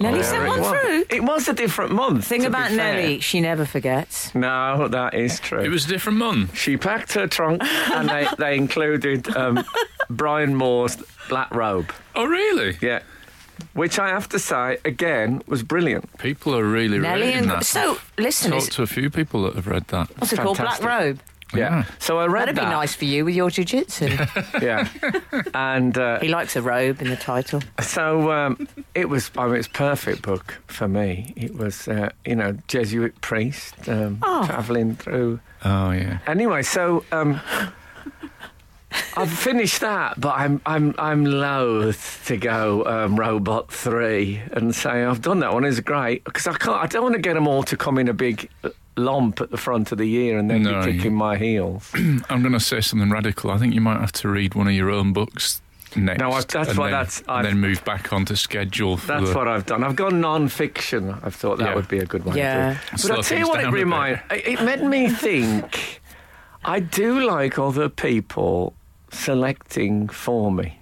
Nelly There sent it one was. through. It was a different month. Thing to be about fair. Nelly, she never forgets. No, that is It true. was a different month. She packed her trunk, and they, they included um, Brian Moore's black robe. Oh, really? Yeah, which I have to say again was brilliant. People are really Nelly reading and that. so listen, Talked it's, to a few people that have read that. what's it called? Black fantastic. robe. Yeah, Yeah. so I read That'd that. be nice for you with your jiu-jitsu. Yeah, and uh, he likes a robe in the title. So um, it was. I mean, it's perfect book for me. It was, uh, you know, Jesuit priest um, Oh. traveling through. Oh, yeah. Anyway, so um, I've finished that, but I'm I'm I'm loath to go um, Robot Three and say I've done that one. It's great because I can't. I don't want to get them all to come in a big. lomp at the front of the year and then No, be you- kicking my heels. I'm going to say something radical. I think you might have to read one of your own books next. No, I- that's and what- then, that's- and I've- then move back onto schedule. For That's the, what I've done. I've gone non-fiction. I thought that Yeah. would be a good one. Yeah. To do. But Slow I tell things you what, down it a bit. remind. It it made me think. I do like other people selecting for me.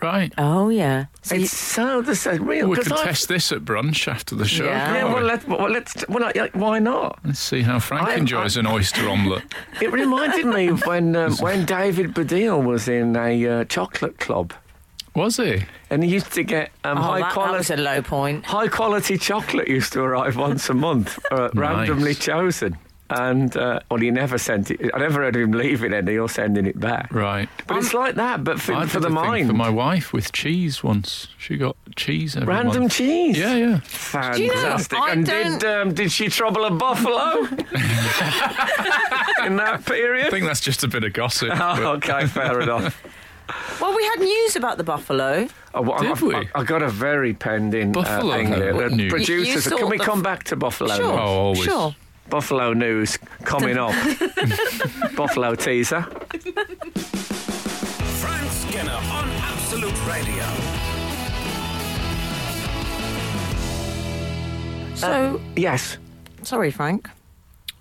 right. Oh yeah. So you- it's so this is real. We 'cause can I- test this at brunch after the show. Yeah. can't Yeah, we? well, let's, well, let's well, like, why not? Let's see how Frank I- enjoys an oyster omelette. It reminded me of when um, when David Baddiel was in a uh, chocolate club, Was he? and he used to get um, oh, high that, that was quality a low point. high quality chocolate used to arrive once a month, uh, randomly chosen. And uh, well, he never sent it. I never heard of him leaving any or sending it back. Right. But it's Um, like that, but for, I for did the a thing mind. For my wife with cheese once. She got cheese every Random month. cheese. Yeah, yeah. you know, Fantastic. I and don't- did um, did she trouble a buffalo in that I period? think that's just a bit of gossip. but- Oh, okay, fair enough. Well, we had news about the buffalo. Oh, well, Did I've, we? I've, I've got a very pending Buffalo uh, thing here. The news. You- you producers, thought can we the- come back to Buffalo? Sure. News? Oh, always. Sure. Buffalo news coming up. Buffalo teaser. Frank Skinner on Absolute Radio. So Yes. sorry, Frank.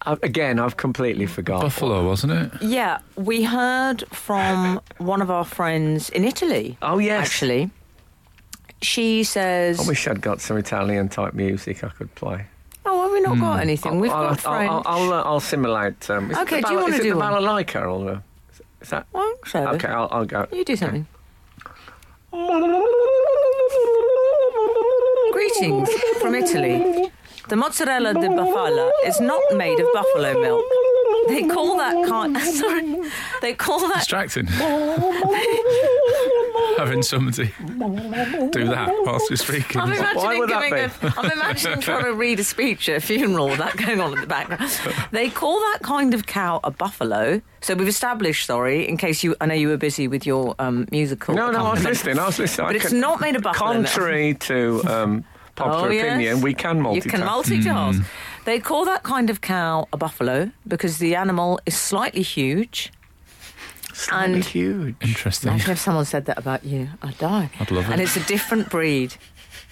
I, again, I've completely forgotten. Buffalo, wasn't it? Yeah, we heard from one of our friends in Italy. Oh, yes. Actually, she says, I wish I'd got some Italian type music I could play. "Oh, have we not got anything? We've Hmm. I'll, got French." I'll, I'll, I'll, I'll simulate. Um, is it Okay, the do you bal- wanna is it do the one? balalaika or the. Is that. Well, so Okay, I'll, I'll go. you do something. Greetings from Italy. The mozzarella di bufala is not made of buffalo milk. They call that kind. Sorry, they call that Distracting. Having somebody do that whilst you're speaking. I'm imagining would that giving a, be? I'm imagining trying to read a speech at a funeral with that going on in the background. They call that kind of cow a buffalo. So we've established, sorry, in case you, I know you were busy with your um, musical. No, no, I was accompaniment. listening. I was listening. But I it's could- not made of buffalo milk. Contrary to um, popular Oh, yes. opinion, we can multitask. Hmm. You can multitask. They call that kind of cow a buffalo because the animal is slightly huge. Slightly and- huge. Interesting. Imagine if someone said that about you. I'd die. I'd love And it. it's a different breed.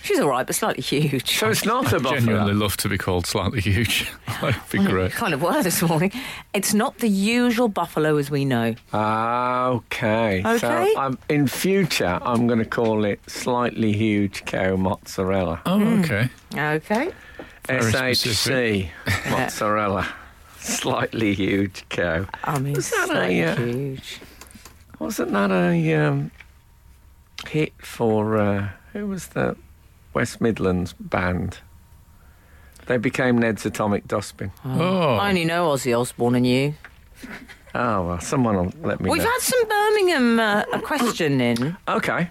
She's all right, but slightly huge. So it's not a buffalo. Genuinely love to be called slightly huge. That'd be great. kind of were this morning. It's not the usual buffalo as we know. Ah, okay. Okay. So I'm, in future, I'm going to call it slightly huge cow mozzarella. Oh, okay. Okay. very SHC specific. mozzarella. Slightly huge cow. I mean, Is that slightly a, uh, huge. Wasn't that a um, hit for uh, who was the West Midlands band? They became Ned's Atomic Dustbin. Uh. Oh, I only know Ozzy Osbourne and you. Oh well, someone will let me We've know. had some Birmingham uh, a question in okay,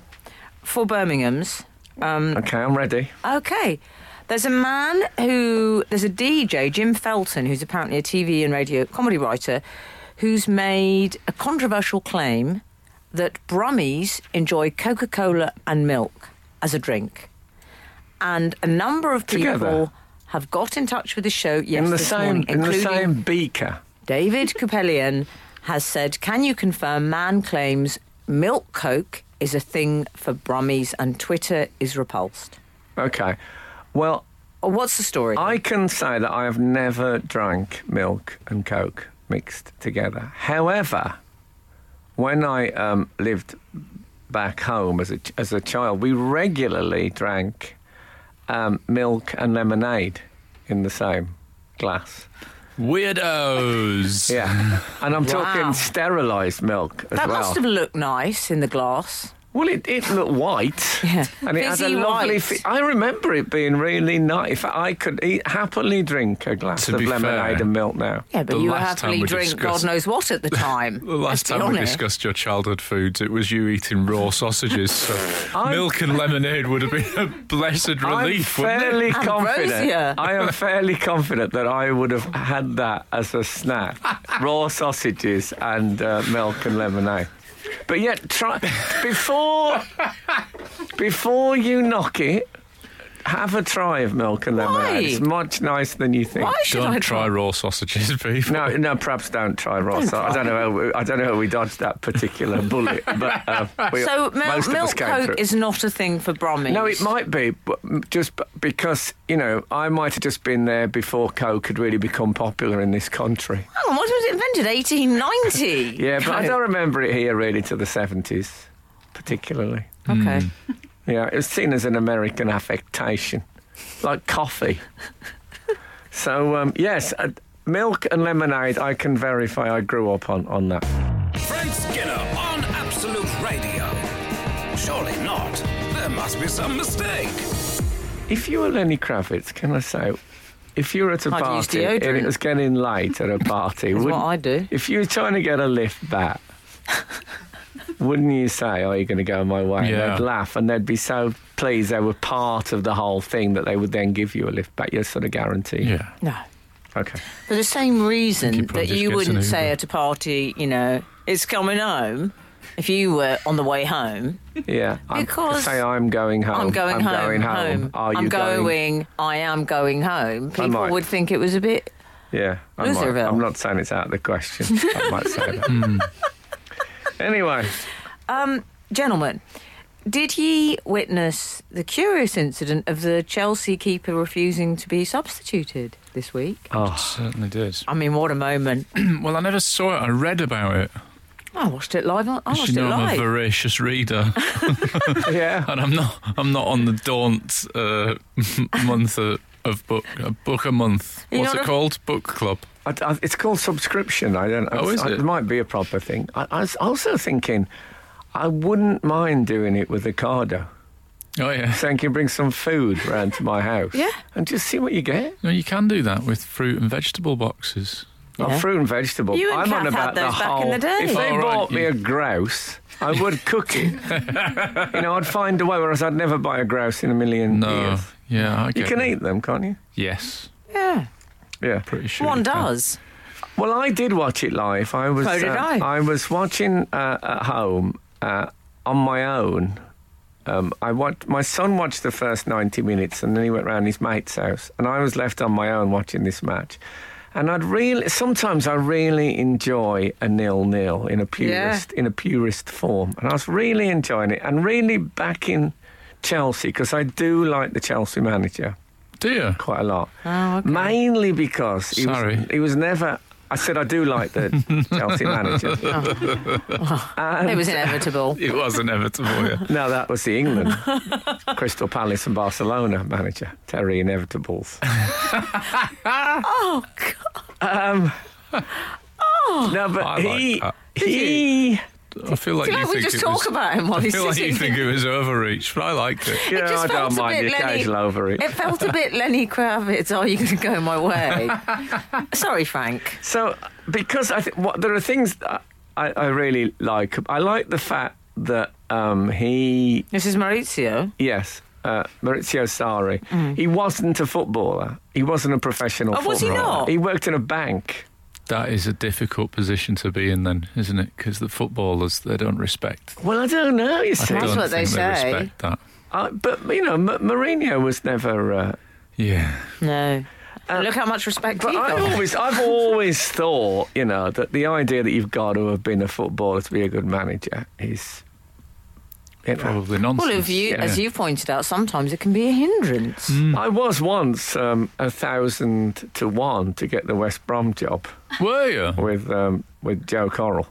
for Birmingham's. Um, okay, I'm ready. okay. There's a man who, there's a DJ, Jim Felton, who's apparently a TV and radio comedy writer, who's made a controversial claim that Brummies enjoy Coca Cola and milk as a drink. And a number of people Together? have got in touch with the show, yes, in the this same morning, in the including same beaker. David Capellian has said, Can you confirm man claims milk coke is a thing for Brummies and Twitter is repulsed? Okay, well, Oh, what's the story? I can say that I have never drank milk and coke mixed together. However, when I um, lived back home as a, as a child, we regularly drank um, milk and lemonade in the same glass. weirdos. Yeah. And I'm talking Wow. sterilised milk as that well. must have looked nice in the glass. Well, it, it looked white. Yeah. And it had a Fizzy lovely. white. Fi- I remember it being really nice. If I could eat, happily drink a glass To of be lemonade fair, and milk now. Yeah, but The you last time happily we drink discussed- God knows what at the time. The last Let's be time we honest. discussed your childhood foods, it was you eating raw sausages. So I'm- milk and lemonade would have been a blessed relief, I'm wouldn't it? fairly Ambrosia. confident. I am fairly confident that I would have had that as a snack: raw sausages and uh, milk and lemonade. But yet, try before before you knock it. Have a try of milk and Why? lemonade. It's much nicer than you think. Why should Don't I try raw sausages, people. No, no. Perhaps don't try raw sauce. I don't know. How we, I don't know how we dodged that particular bullet, but uh, we, So mil- most of us milk came coke through. is not a thing for Brommies. No, it might be, but mm, just b- because you know, I might have just been there before Coke had really become popular in this country. Hang on, Oh, what was it invented? 1890. Yeah, but I Coke. don't remember it here really to the seventies, particularly. Okay. Hmm. Yeah, it was seen as an American affectation, like coffee. so um, yes, uh, milk and lemonade. I can verify. I grew up on on that. Frank Skinner on Absolute Radio. Surely not. There must be some mistake. If you were Lenny Kravitz, can I say, if you were at a I'd use party and deodorant. it was getting late at a party, what wouldn't- I do. If you were trying to get a lift back, wouldn't you say, "Are you going to go my way?" Yeah. And they'd laugh, and they'd be so pleased they were part of the whole thing that they would then give you a lift back. You're sort of guaranteed. Yeah. No. Okay. For the same You reason probably that just you gets an wouldn't say Uber. at a party, you know, it's coming home, if you were on the way home, Yeah. I'm- Because say Oh, I'm going home. I'm going home. Going home. Are you I'm going, I am going home. People might. would think it was a bit. Yeah, I might. Loserville. I'm not saying it's out of the question. I might say that. Hmm. Anyway, Gentlemen, did ye witness the curious incident of the Chelsea keeper refusing to be substituted this week? Oh, Certainly did. I mean, what a moment. Well, I never saw it. I read about it. I watched it live. on- I As watched you it know, I'm a live. voracious reader, yeah. and I'm not. I'm not on the daunt uh, month of, of book. A book a month. You're What's not it a- called? Book club. I, I, it's called subscription. I don't. Oh, I, is I- it? might be a proper thing. I, I was also thinking, I wouldn't mind doing it with Ocado. Oh yeah. Saying, can you bring some food round to my house? Yeah. And just see what you get. No, you can do that with fruit and vegetable boxes. Well, Yeah. fruit and vegetable. You I'm and on Kath had about the those back in whole. the day. If they Oh, right, bought me you- a grouse, I would cook it. you know, I'd find a way. Whereas I'd never buy a grouse in a million No. years. Yeah. I You get can it. eat them, can't you? Yes. Yeah, Yeah. Pretty sure. one you can. does. Well, I did watch it live. I was. So Oh, did I. was watching uh, at home uh, on my own. Um, I watched, my son watched the first 90 minutes and then he went round his mate's house and I was left on my own watching this match. And I'd really sometimes I really enjoy a nil-nil in a purist in a purist form. And I was really enjoying it and really backing Chelsea because I do like the Chelsea manager Do you? quite a lot. Oh, okay. Mainly because he, Sorry. Was, he was never. I said I do like the Chelsea manager. And- It was inevitable. It was inevitable. Yeah. no, that was the England, Crystal Palace and Barcelona manager Terry Inevitables. oh God! Um, Oh. No, but I like he that. he. I feel like Do you you like we think just it talk was. about him while I he's feel like sitting? you think it was overreach, but I liked it. You know, just I felt don't a mind bit the Lenny- occasional over it. It felt a bit Lenny Kravitz. Are you going to go my way? Sorry, Frank. So, because I think what there are things that I, I really like. I like the fact that um, he This is Maurizio. Yes, uh, Maurizio Sarri. He wasn't a footballer. He wasn't a professional Mm. Oh, footballer. was he not? He worked in a bank. That is a difficult position to be in, then, isn't it? Because the footballers they don't respect. Well, I don't know, you see. I don't what they think say. Respect that. Uh, but, you know, M- Mourinho was never. Uh, Yeah. No. Look how much respect but he got. I always, I've always thought, you know, that the idea that you've got to have been a footballer to be a good manager is. you know, Probably nonsense. Well, if you, yeah. as you pointed out, sometimes it can be a hindrance. I was once um, a thousand to one to get the West Brom job were you? with um, with Joe Corral.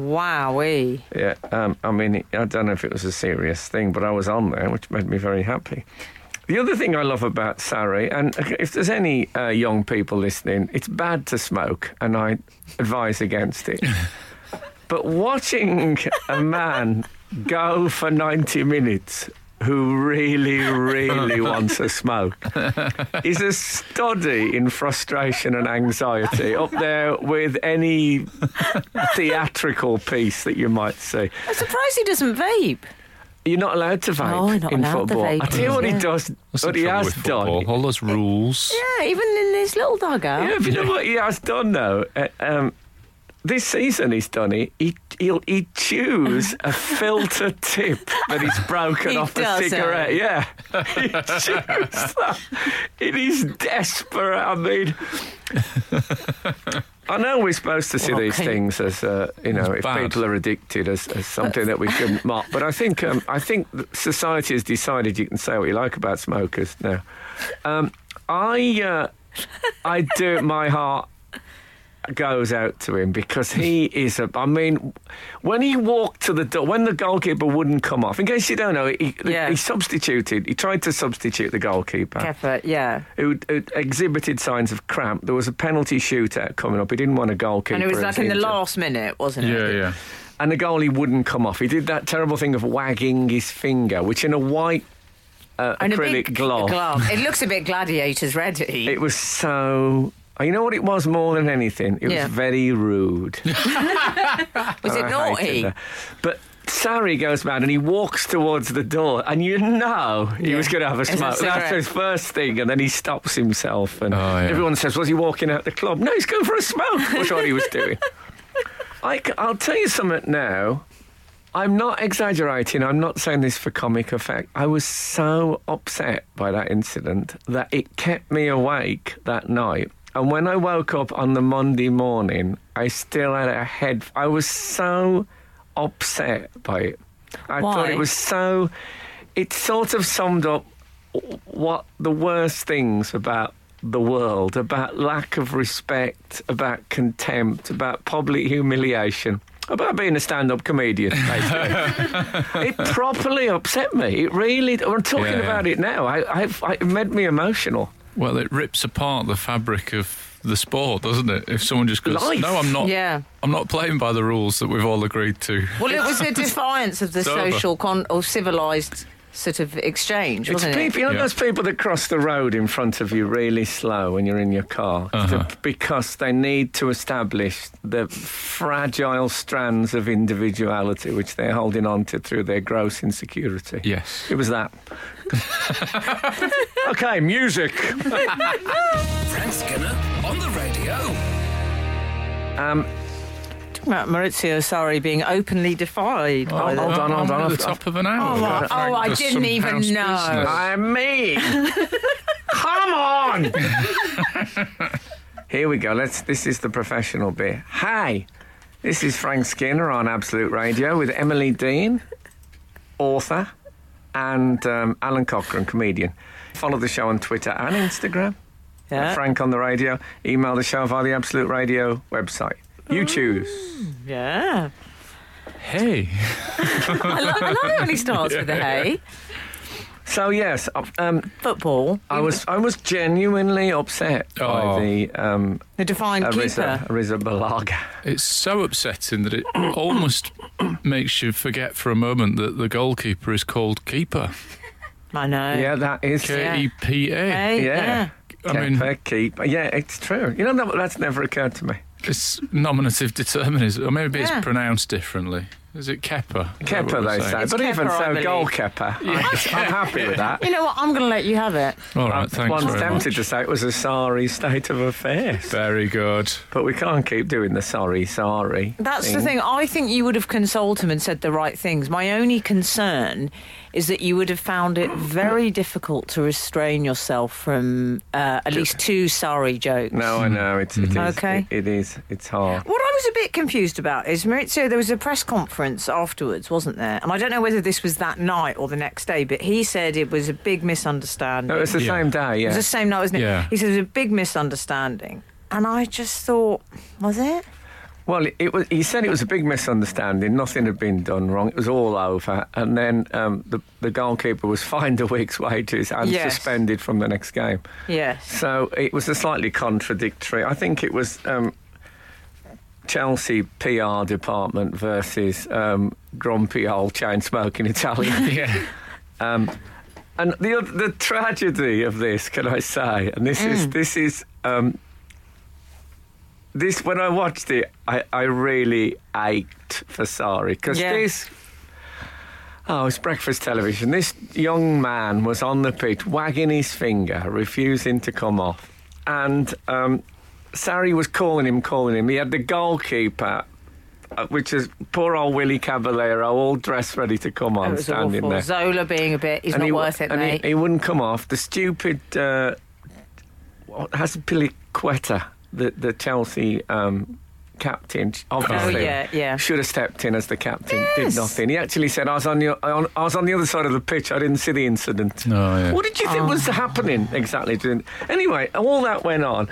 Wowee. Yeah, um, I mean, I don't know if it was a serious thing, but I was on there, which made me very happy. The other thing I love about Surrey, and if there's any uh, young people listening, it's bad to smoke, and I advise against it. but watching a man go for 90 minutes who really, really wants a smoke is a study in frustration and anxiety, up there with any theatrical piece that you might see. I'm surprised he doesn't vape. You're not allowed to vape No, you're not in allowed to football. vape, I tell you what he yeah. does, That's what the he trouble has with football. done. All those rules. Yeah, even in his little dugout. Yeah, but you know what he has done though. Uh, um, this season he's done it. He he'll, he chews a filter tip that he's broken He off does a it. cigarette. Yeah, he chews that. It is desperate. I mean. I know we're supposed to see Well, these can- things as uh, you know, if bad. people are addicted as, as something that we shouldn't mock. But I think um, I think that society has decided you can say what you like about smokers now. Um, I uh, I do my heart goes out to him because he is a. I mean, when he walked to the door, when the goalkeeper wouldn't come off. In case you don't know, he, Yeah. he substituted. He tried to substitute the goalkeeper Kepper, yeah. who, who exhibited signs of cramp. There was a penalty shootout coming up. He didn't want a goalkeeper. And it was who like in the injured. last minute, wasn't Yeah, it? yeah. And the goalie wouldn't come off. He did that terrible thing of wagging his finger, which in a white uh, And a acrylic big glove, It looks a bit gladiators ready. it was so. You know what it was more than anything? It Yeah. was very rude. was it Oh, I hated naughty? that. But Sari goes mad and he walks towards the door, and you know he Yeah. was going to have a It's a smoke. That's cigarette. his first thing, and then he stops himself, and Oh, yeah. everyone says, "Was he walking out the club?" No, he's going for a smoke. That's what he was doing. I, will tell you something now. I'm not exaggerating. I'm not saying this for comic effect. I was so upset by that incident that it kept me awake that night. And when I woke up on the Monday morning, I still had a head. I was so upset by it. I thought Why? it was so. It sort of summed up what the worst things about the world about lack of respect, about contempt, about public humiliation, about being a stand up comedian. basically. it properly upset me. It really, I'm talking Yeah, yeah. about it now. I, I, I, it made me emotional. Well, it rips apart the fabric of the sport, doesn't it? If someone just goes, Life. "No, I'm not. Yeah. I'm not playing by the rules that we've all agreed to." Well, it was a defiance of the Sober. social con- or civilised sort of exchange, It's wasn't it? people, you know, Yeah. those people that cross the road in front of you really slow when you're in your car to- Uh-huh. because they need to establish the fragile strands of individuality which they're holding on to through their gross insecurity. Yes. It was that. okay, music. Frank Skinner on the radio. Matt Maurizio Sarri being openly defied by the. hold on, hold I'm on, at I've- the top of an hour. Oh, We've I- got Frank oh, I does didn't some even house know. business. I mean, come on. Here we go. Let's. This is the professional bit. Hi, this is Frank Skinner on Absolute Radio with Emily Dean, author, and um, Alan Cochrane, comedian. Follow the show on Twitter and Instagram. Yeah. at Frank on the radio. Email the show via the Absolute Radio website. You choose. Yeah. hey, I love, I love it when he starts with the hey. So yes, uh, um, Football. I was I was genuinely upset Oh. by the um, The defined keeper. Arisa, Arisa Balaga. it's so upsetting that it almost makes you forget for a moment that the goalkeeper is called keeper. I know. Yeah, that is. K E P A. Hey, Yeah. yeah. I Kepa, mean, keep. Yeah, it's true. You know, that, that's never occurred to me. it's nominative determinism, or maybe Yeah. it's pronounced differently. Is it Kepper? Is that what Kepa, we're they say. saying? But It's even Kepa, I so, believe. goal Kepa. I, I'm happy with that. You know what? I'm going to let you have it. All right, I thanks once very tempted much. to say it was a sorry state of affairs, Very good. but we can't keep doing the sorry, sorry. That's the thing. I think you would have consoled him and said the right things. My only concern is that you would have found it very difficult to restrain yourself from uh, at least two sorry jokes. No, I know it's it is. Mm-hmm. Okay. It, it is. It's hard. What I was a bit confused about is Maurizio, there was a press conference afterwards, wasn't there? And I don't know whether this was that night or the next day, but he said it was a big misunderstanding. No, it's the Yeah. same day. Oh, Yeah. It was the same night, wasn't it? Yeah. He said it was a big misunderstanding. And I just thought, was it? Well, it, it was. He said it was a big misunderstanding. Nothing had been done wrong. It was all over. And then um, the the goalkeeper was fined a week's wages and Yes. suspended from the next game. Yes. So it was a slightly contradictory. I think it was um, Chelsea PR department versus um, grumpy old chain smoking Italian. Um, Yeah. and the oth- the tragedy of this, can I say? And this is this is. Um, this when I watched it, I, I really ached for Sari because Yeah. this Oh, it's breakfast television. This young man was on the pitch, wagging his finger, refusing to come off. And um, Sarri was calling him, calling him. He had the goalkeeper, uh, which is poor old Willie Caballero, all dressed, ready to come Oh, It on, was standing awful. there. Zola being a bit, he's not he, w- worth it, and he- mate. He, wouldn't come off. The stupid uh, what- Azpilicueta, the the Chelsea um, captain, obviously, Oh, yeah, yeah. should have stepped in as the captain. Yes. Did nothing. He actually said, "I was on your, on, I was on the other side of the pitch. I didn't see the incident." Oh, yeah. What did you think was happening exactly? Didn't- Anyway, all that went on.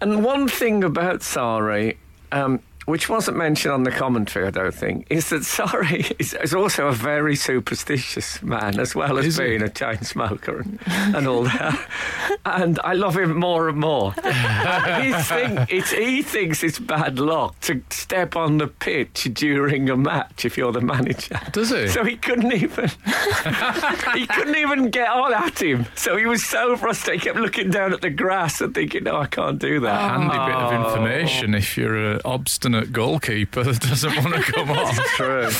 And one thing about Sari, um, which wasn't mentioned on the commentary, I don't think, is that Sari is, is also a very superstitious man, as well as Is he? being a chain smoker and, and all that. and I love him more and more. And he, think, it's, he thinks it's bad luck to step on the pitch during a match if you're the manager. Does he? So he couldn't even he couldn't even get on at him. So he was so frustrated. He kept looking down at the grass and thinking, "No, I can't do that." Handy bit of Oh. information if you're an obstinate goalkeeper that doesn't want to come off. True.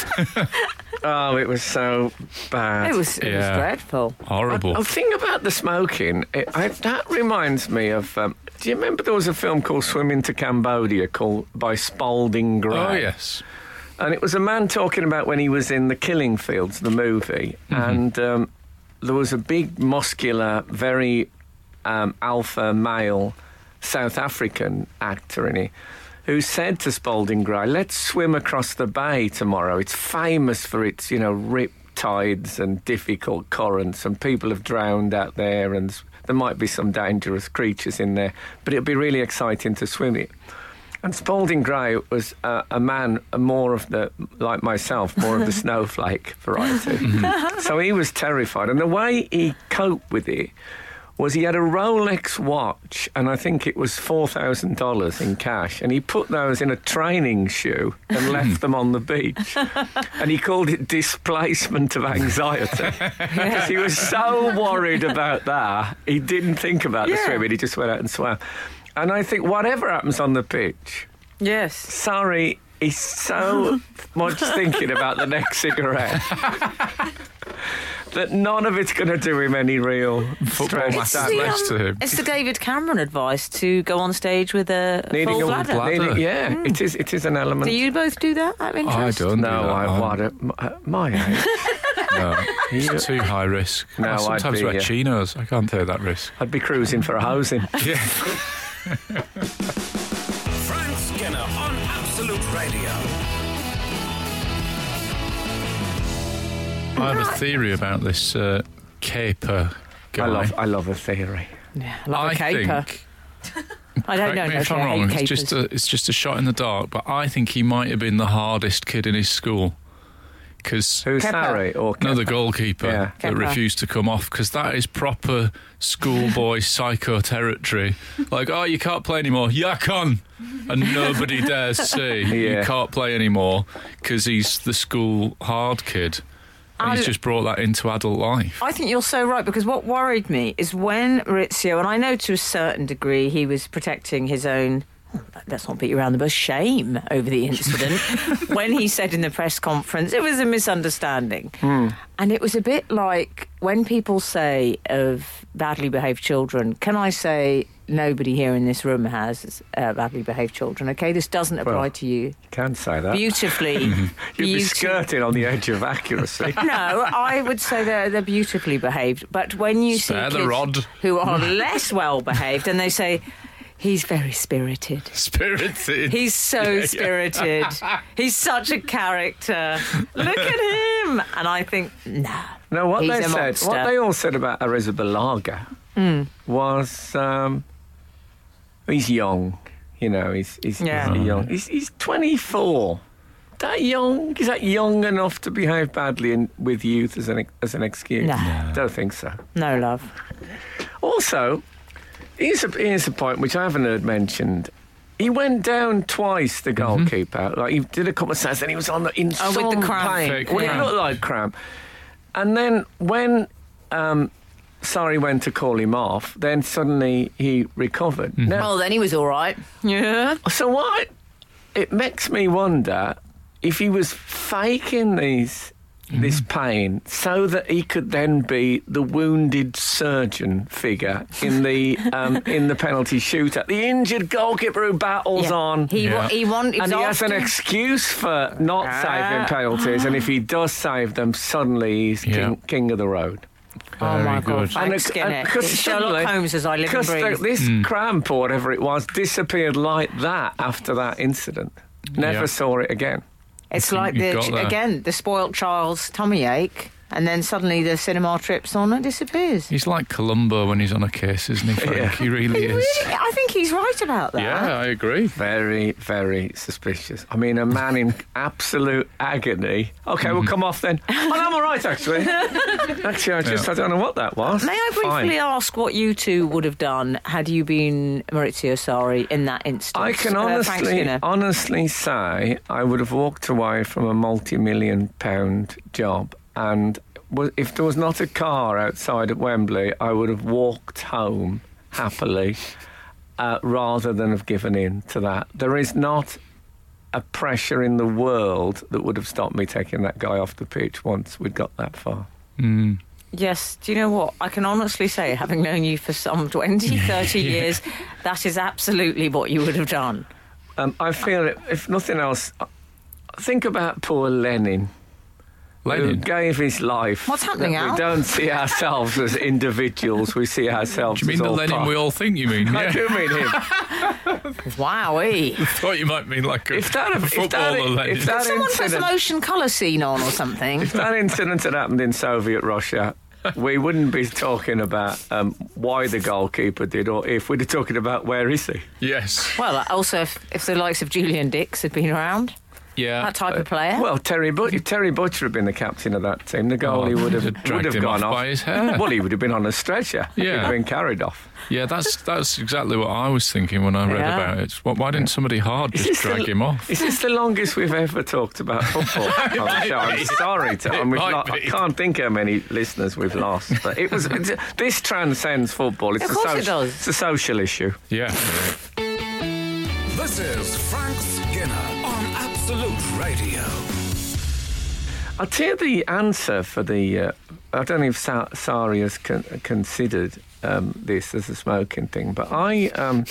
oh, it was so bad. it was, it Yeah. was dreadful. Horrible. The thing about the smoking, it, I, that reminds me of. Um, do you remember there was a film called Swimming to Cambodia called by Spalding Gray? Oh, yes. And it was a man talking about when he was in The Killing Fields, the movie, and um, there was a big, muscular, very um, alpha male South African actor in it who said to Spalding Gray, let's swim across the bay tomorrow. It's famous for its, you know, rip tides and difficult currents, and people have drowned out there, and s- there might be some dangerous creatures in there, but it'll be really exciting to swim it. And Spalding Gray was uh, a man more of the, like myself, more of the snowflake variety. so he was terrified. And the way he coped with it was he had a Rolex watch, and I think it was $4,000 in cash. And he put those in a training shoe and left them on the beach. And he called it displacement of anxiety. Because he was so worried about that, he didn't think about the Yeah. swimming, he just went out and swam. And I think whatever happens on the pitch, Yes. sorry, he's so much thinking about the next cigarette that none of it's going to do him any real Football stress. matters damage. less to him. It's um, the David Cameron advice to go on stage with a full a bladder. Hmm. bladder. needing- yeah, it is. It is an element. Do you both do that? out of I interest? don't. do no, that, I man. what at my- at my age, No, it's too high risk. No, I I'd sometimes be, wear yeah. chinos. I can't take that risk. I'd be cruising for a housing. Yeah. Frank Skinner on Absolute Radio. I have a theory about this uh, caper guy. I love. I love a theory. Yeah, I love a I caper. think I don't Correct know. me no, if I I'm hate wrong. It's capers. just a it's just a shot in the dark. But I think he might have been the hardest kid in his school because Who's Kepa. Sarri or Kepa? another goalkeeper Yeah. that Kepa. refused to come off because that is proper schoolboy psycho territory. Like, oh, you can't play anymore. Yeah, con, and nobody dares say you Yeah. can't play anymore because he's the school hard kid. And he's I'll- just brought that into adult life. I think you're so right because what worried me is when Rizzio, and I know to a certain degree he was protecting his own. Let's not beat around the bush. Shame over the incident. when he said in the press conference, it was a misunderstanding, Hmm. and it was a bit like when people say of badly behaved children. Can I say nobody here in this room has uh, badly behaved children? Okay, this doesn't apply Well, to you. Can say that. Beautifully, You'd be beautifully- skirting on the edge of accuracy. no, I would say they're, they're beautifully behaved. But when you Spare see the kids rod. who are less well behaved and they say, he's very spirited. Spirited. He's so spirited. He's such a character. Look at him. And I think, nah. No, what he's they a said, monster. Hmm. what they all said about Arrizabalaga was um, he's young. You know, he's he's, Yeah. he's young. He's, he's 24. That young is that young enough to behave badly in, with youth as an as an excuse? No. No. Don't think so. No love. Also, here's a, here's a point which I haven't heard mentioned. He went down twice, the goalkeeper. Like he did a couple of sets, and he was on the in Mm-hmm. Oh, with the some cramp. pain. Fake Well, it cramp. looked like cramp. And then when um, Sari went to call him off, then suddenly he recovered. Now, Well, Oh, then he was all right. Yeah. so what? It makes me wonder if he was faking these this Mm-hmm. pain so that he could then be the wounded surgeon figure in the um, in the penalty shootout. The injured goalkeeper who battles Yeah. on. He, wa- Yeah. he, won, he and was he has an often- excuse for not Ah. saving penalties, and if he does save them, suddenly he's Yeah. king, king of the road. Oh my Very God, good. Frank Skinner. because It's Sherlock suddenly- Holmes as I live and because the- breathe. this Hmm. cramp or whatever it was disappeared like that after that incident. Never Yeah. saw it again. It's You- like you've the got that. again the spoilt child's tummy ache, and then suddenly the cinema trips on and disappears. He's like Columbo when he's on a case, isn't he, Frank? Yeah. He really is. Really? I think he's right about that. Yeah, I agree. Very, very suspicious. I mean, a man in absolute agony. Okay, Mm-hmm. we'll come off then. Oh, no, I'm all right, actually. actually, I just, Yeah. I don't know what that was. May I briefly Fine. ask what you two would have done had you been Maurizio Sarri in that instance? I can Uh, Frank honestly, Skinner. honestly say I would have walked away from a multi-million pound job, and wa- if there was not a car outside at Wembley, I would have walked home happily, uh, rather than have given in to that. There is not a pressure in the world that would have stopped me taking that guy off the pitch once we'd got that far. Mm. Yes, do you know what? I can honestly say, having known you for some 20, 30 Yeah. years, that is absolutely what you would have done. Um, I feel, it, if nothing else, uh, think about poor Lenin. who Lenin. gave his life. What's happening, that Al? We don't see ourselves as individuals. We see ourselves. Do you mean as the all Lenin part- we all think you mean? I Yeah. do mean him. Wowee. I thought you might mean like a If that, a if that, footballer Lenin. if that Someone put some incident, ocean colour scene on or something. if that incident had happened in Soviet Russia, we wouldn't be talking about um, why the goalkeeper did, or if we'd be talking about where is he. Yes. Well, also, if, if the likes of Julian Dix had been around, Yeah. that type of player. Well, Terry, but- if Terry Butcher had been the captain of that team, the goalie Oh, would have they'd have would dragged have him gone off off. by his hair. Well, he would have been on a stretcher. He'd Yeah. have been carried off. Yeah, that's that's exactly what I was thinking when I read Yeah. about it. Why, why didn't somebody hard just the- drag him off? Is this the longest we've ever talked about football on the show? I'm sorry, Tom. We've might lo- I be. can't think how many listeners we've lost. But it was it's, this transcends football. It's Of a course it social- does. It's a social issue. Yeah. This is Frank Skinner on Absolute Radio. I'll tell you the answer for the. Uh, I don't know if Sa- Sari has con- considered um, this as a smoking thing, but I. Um,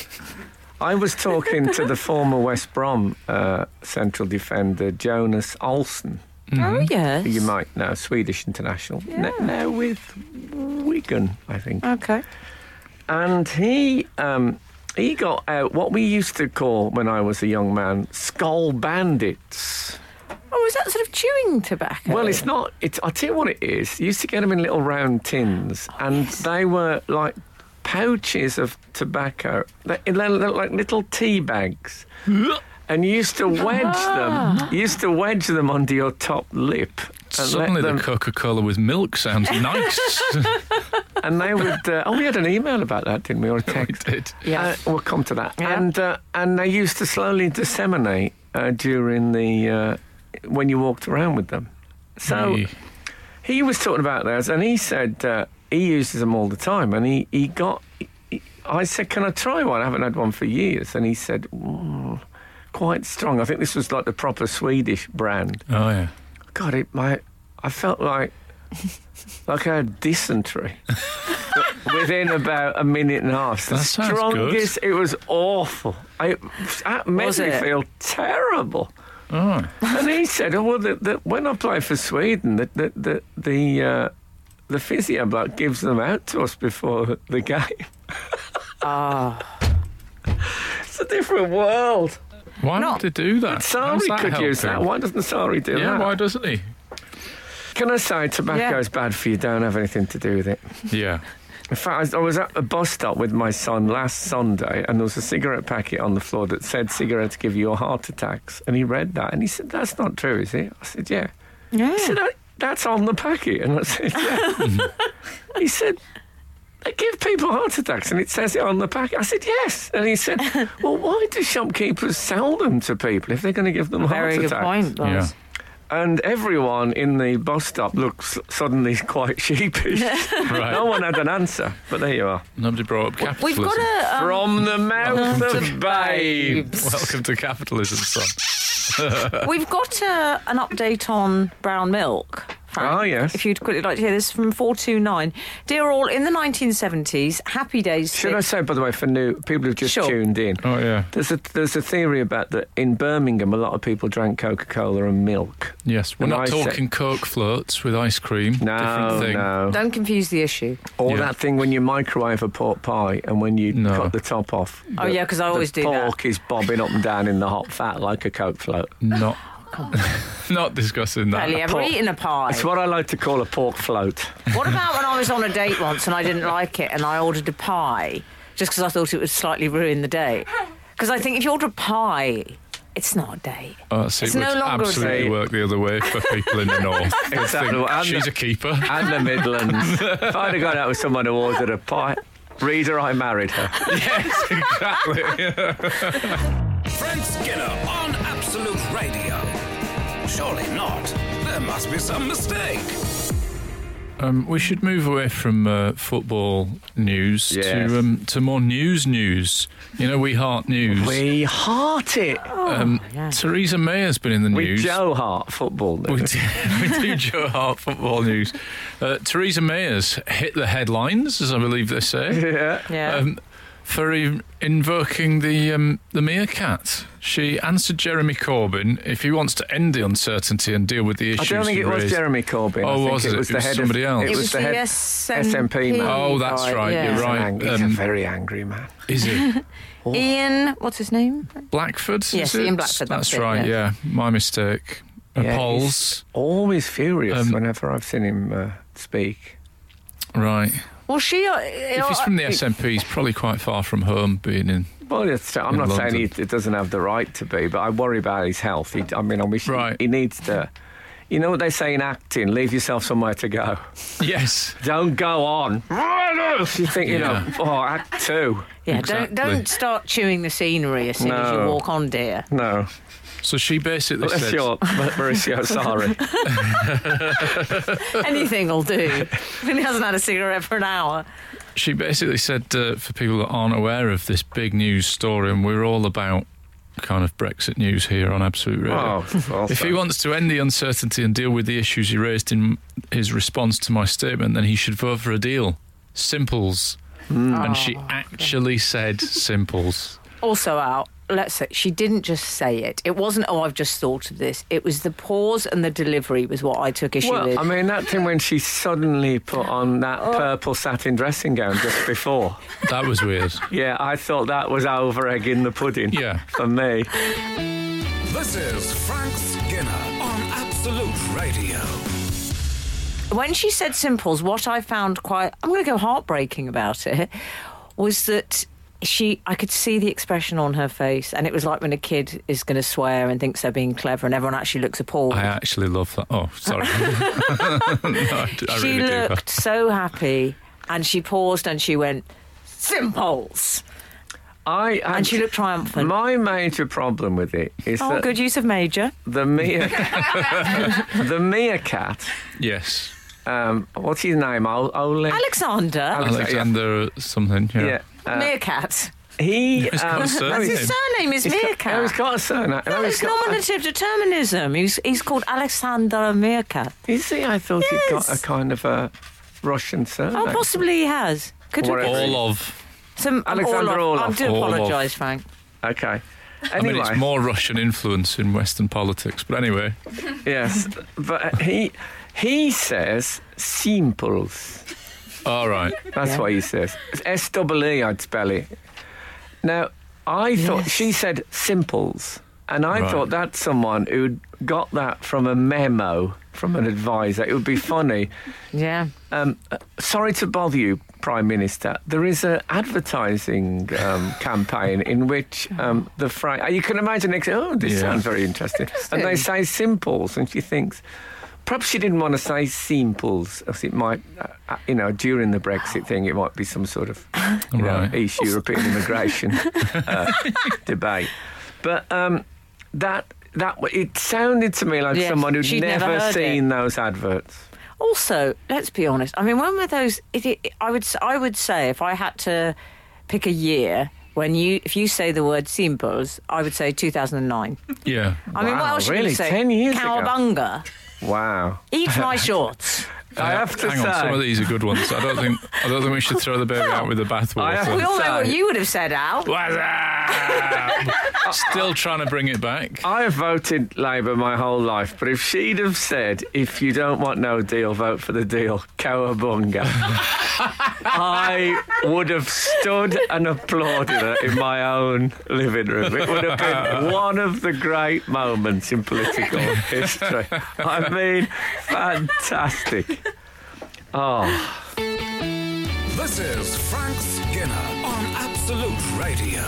I was talking to the former West Brom uh, central defender Jonas Olsen, Oh, yes. who mm-hmm. you might know, Swedish international. n- now with Wigan, I think. Okay. and he um, he got out what we used to call when I was a young man skull bandits. Oh, is that sort of chewing tobacco? Well, it's not. It's I tell you what it is. You used to get them in little round tins, and they were like pouches of tobacco. They, they looked like little tea bags. And you used to wedge them. You used to wedge them under your top lip. And, let Suddenly them, the Coca Cola with milk sounds nice. and they would. Uh, oh, we had an email about that, didn't we? Or a text. It- Yeah. Uh, we'll come to that. Yeah. And uh, and they used to slowly disseminate uh, during the uh, when you walked around with them. So Hey. he was talking about those, and he said uh, he uses them all the time, and he he got. he- I said, "Can I try one? I haven't had one for years." And he said, "Mm, "Quite strong." I think this was like the proper Swedish brand. Oh yeah. God, it my I felt like like I had dysentery within about a minute and a half. The That sounds good. strongest. It was awful. I, that made Was me it? feel terrible. Oh. And he said, "Oh well, the, the, when I play for Sweden, the the the the, uh, the physio bloke gives them out to us before the game. Ah. It's a different world. Why Not- would they do that? How's Sari that could use that. helping? Why doesn't Sari do Yeah, that? why doesn't he? Can I say tobacco Yeah. is bad for you? Don't have anything to do with it." Yeah. In fact, I I was at a bus stop with my son last Sunday, and there was a cigarette packet on the floor that said cigarettes give you heart attacks. And he read that, and he said, "That's not true, is it?" I said, "Yeah." Yeah. He said, "That- "That's on the packet," and I said, "Yeah." he said, "They give people heart attacks, and it says it on the packet." I said, "Yes," and he said, "Well, why do shopkeepers sell them to people if they're going to give them heart Very attacks?" good point, Buzz. Yeah. And everyone in the bus stop looks suddenly quite sheepish. Right. No one had an answer, but there you are. Nobody brought up We've capitalism. got a. Um, From the mouth to of babe. babes. Welcome to capitalism, son. We've got uh, an update on brown milk Frank. Ah, yes. If you'd quickly like to hear this from 429. Dear all, in the 1970s, Happy Days. Should I six- say, by the way, for new people who've just Sure. tuned in? Oh, yeah. There's a there's a theory about that in Birmingham, a lot of people drank Coca Cola and milk. Yes, we're And not I said- talking Coke floats with ice cream. No, different thing. no. Don't confuse the issue. Or Yeah. that thing when you microwave a pork pie and when you No. cut the top off. Oh, the- yeah, 'cause I always the do that. Pork is bobbing up and down in the hot fat like a Coke float. Not, not discussing that. Barely ever pork- eaten a pie. It's what I like to call a pork float. What about when I was on a date once and I didn't like it and I ordered a pie just because I thought it would slightly ruin the date? Because I think if you order a pie, it's not a date. Oh, see, It's it no would longer a absolutely thing. work the other way for people in the north. They'd Exactly. think, And- She's a keeper. And the Midlands. if I'd have gone out with someone who ordered a pie, reader, I married her. yes, exactly. Frank Skinner on Absolute Radio. Surely not. There must be some mistake. Um, we should move away from uh, football news Yes. to um, to more news news. You know, we heart news. We heart it. um, Oh, Theresa May has been in the We news. Joe Hart football. We news. do, we do Joe Hart football news. Uh, Theresa May has hit the headlines, as I believe they say, Yeah. Yeah. um, for in- invoking the um, the meerkat. She answered Jeremy Corbyn if he wants to end the uncertainty and deal with the I issues. don't think he it was raised. Jeremy Corbyn. Oh, I think was it? it? was It the was head somebody of, else. It, It was, was the the head SNP. man. Oh, that's Right, right. yeah. You're He's an right. ang- he's a Um, very angry man. Is it Ian, what's his name? Blackford? is Yes, it? Ian Blackford, that's it, right. yeah. Yeah. my mistake. Uh, Yeah, Polls. Always furious Um, whenever I've seen him uh, speak. Right. Well, she. Uh, If he's from the SNP, he's probably quite far from home, being in. Well, it's, I'm In not saying London. he it doesn't have the right to be, but I worry about his health. He, I mean, I wish he- Right. he, needs to. You know what they say in acting: leave yourself somewhere to go. Yes. Don't go on. You think you know? Yeah. Oh, act two. Yeah, Exactly. don't, don't start chewing the scenery as soon as you No. walk on, dear. No, So she basically unless said. you're Mauricio Sarri. Anything will do. he hasn't had a cigarette for an hour. She basically said, uh, for people that aren't aware of this big news story, and we're all about kind of Brexit news here on Absolute Radio. Oh, well If he done. wants to end the uncertainty and deal with the issues he raised in his response to my statement, then he should vote for a deal. Simples. And she actually said simples. also out. Let's say she didn't just say it. It wasn't. Oh, I've just thought of this. It was the pause and the delivery was what I took issue with. Well, I mean, that thing when she suddenly put on that Oh. purple satin dressing gown just before. That was weird. yeah, I thought that was over egg in the pudding. Yeah. For me. This is Frank Skinner on Absolute Radio. when she said simples, what I found quite, I'm going to go heartbreaking about it, was that she, I could see the expression on her face, and it was like when a kid is going to swear and thinks they're being clever, and everyone actually looks appalled. I actually love that. Oh, sorry. no, I, d- I she really do. looked so happy, and she paused and she went simples, I and she looked triumphant. My major problem with it is Oh, that good use of major. the mere the meerkat. Yes. Um, what's his name? Ol- Ole. Alexander. Alex- Alexander something. Yeah. Yeah. uh, Meerkat. he. It's um, got a surname. His surname is no, he's Meerkat. got a surname. No, he's It's got- nominative determinism. He's, he's called Alexander Meerkat. You see, I thought he got Yes. a kind of a Russian surname. Oh, possibly he has. Could Whatever. All of. Some, Alexander I Orlov. do Orlov. apologise, Frank. Okay. I Anyway. mean, it's more Russian influence in Western politics. But anyway, Yes, but he he says simples. all right. That's Yeah. what he says. S double E, I'd spell it. Now, I thought Yes. she said simples, and I Right. thought that's someone who got that from a memo from an advisor. It would be funny. Yeah. Um, uh, sorry to bother you, Prime Minister. There is an advertising um, campaign in which um, the phrase you can imagine. ex- Oh, this Yeah. sounds very interesting. And they say simples, and she thinks perhaps she didn't want to say simples, as it might, uh, uh, you know, during the Brexit thing, it might be some sort of you know, Right. East European immigration uh, debate. But um, that that it sounded to me like Yes, someone who'd she'd never heard seen those adverts. Also, let's be honest. I mean, when were those? It, it, I would s- I would say if I had to pick a year when you if you say the word simples, I would say 2009. Yeah. I mean, what Wow, else should really? you say? 10 years ago. Cowabunga. Wow. Eat my shorts. I have to Hang say. on, some of these are good ones. I don't think I don't think we should throw the baby out with the I have- We bathwater. all know what Sorry. you would have said, Al. What's up? Still trying to bring it back. Uh, I have voted Labour my whole life, but if she'd have said, if you don't want no deal, vote for the deal, cowabunga, I would have stood and applauded her in my own living room. It would have been one of the great moments in political history. I mean, fantastic. Oh, This is Frank Skinner on Absolute Radio.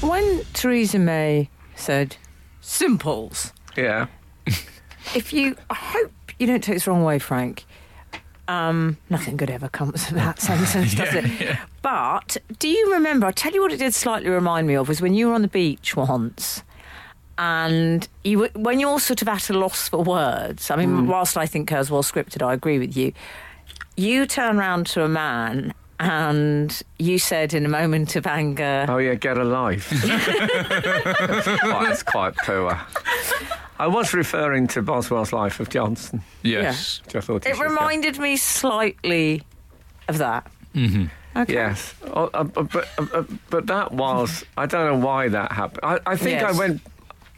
When Theresa May said, simples, yeah. if you, I hope you don't take this the wrong way, Frank. Um, nothing good ever comes of that sentence, does Yeah, it? yeah. But do you remember? I'll tell you what it did slightly remind me of was when you were on the beach once. And you, were- when you're sort of at a loss for words, I mean, Hmm. whilst I think hers was scripted, I agree with you. You turn round to a man and you said in a moment of anger, Oh yeah, get a life. that's, quite, that's quite poor. I was referring to Boswell's Life of Johnson. Yes. Which I thought you It should go. reminded me slightly of that. Yes, Oh, uh, uh, but uh, uh, but that was I don't know why that happened. I, I think Yes. I went.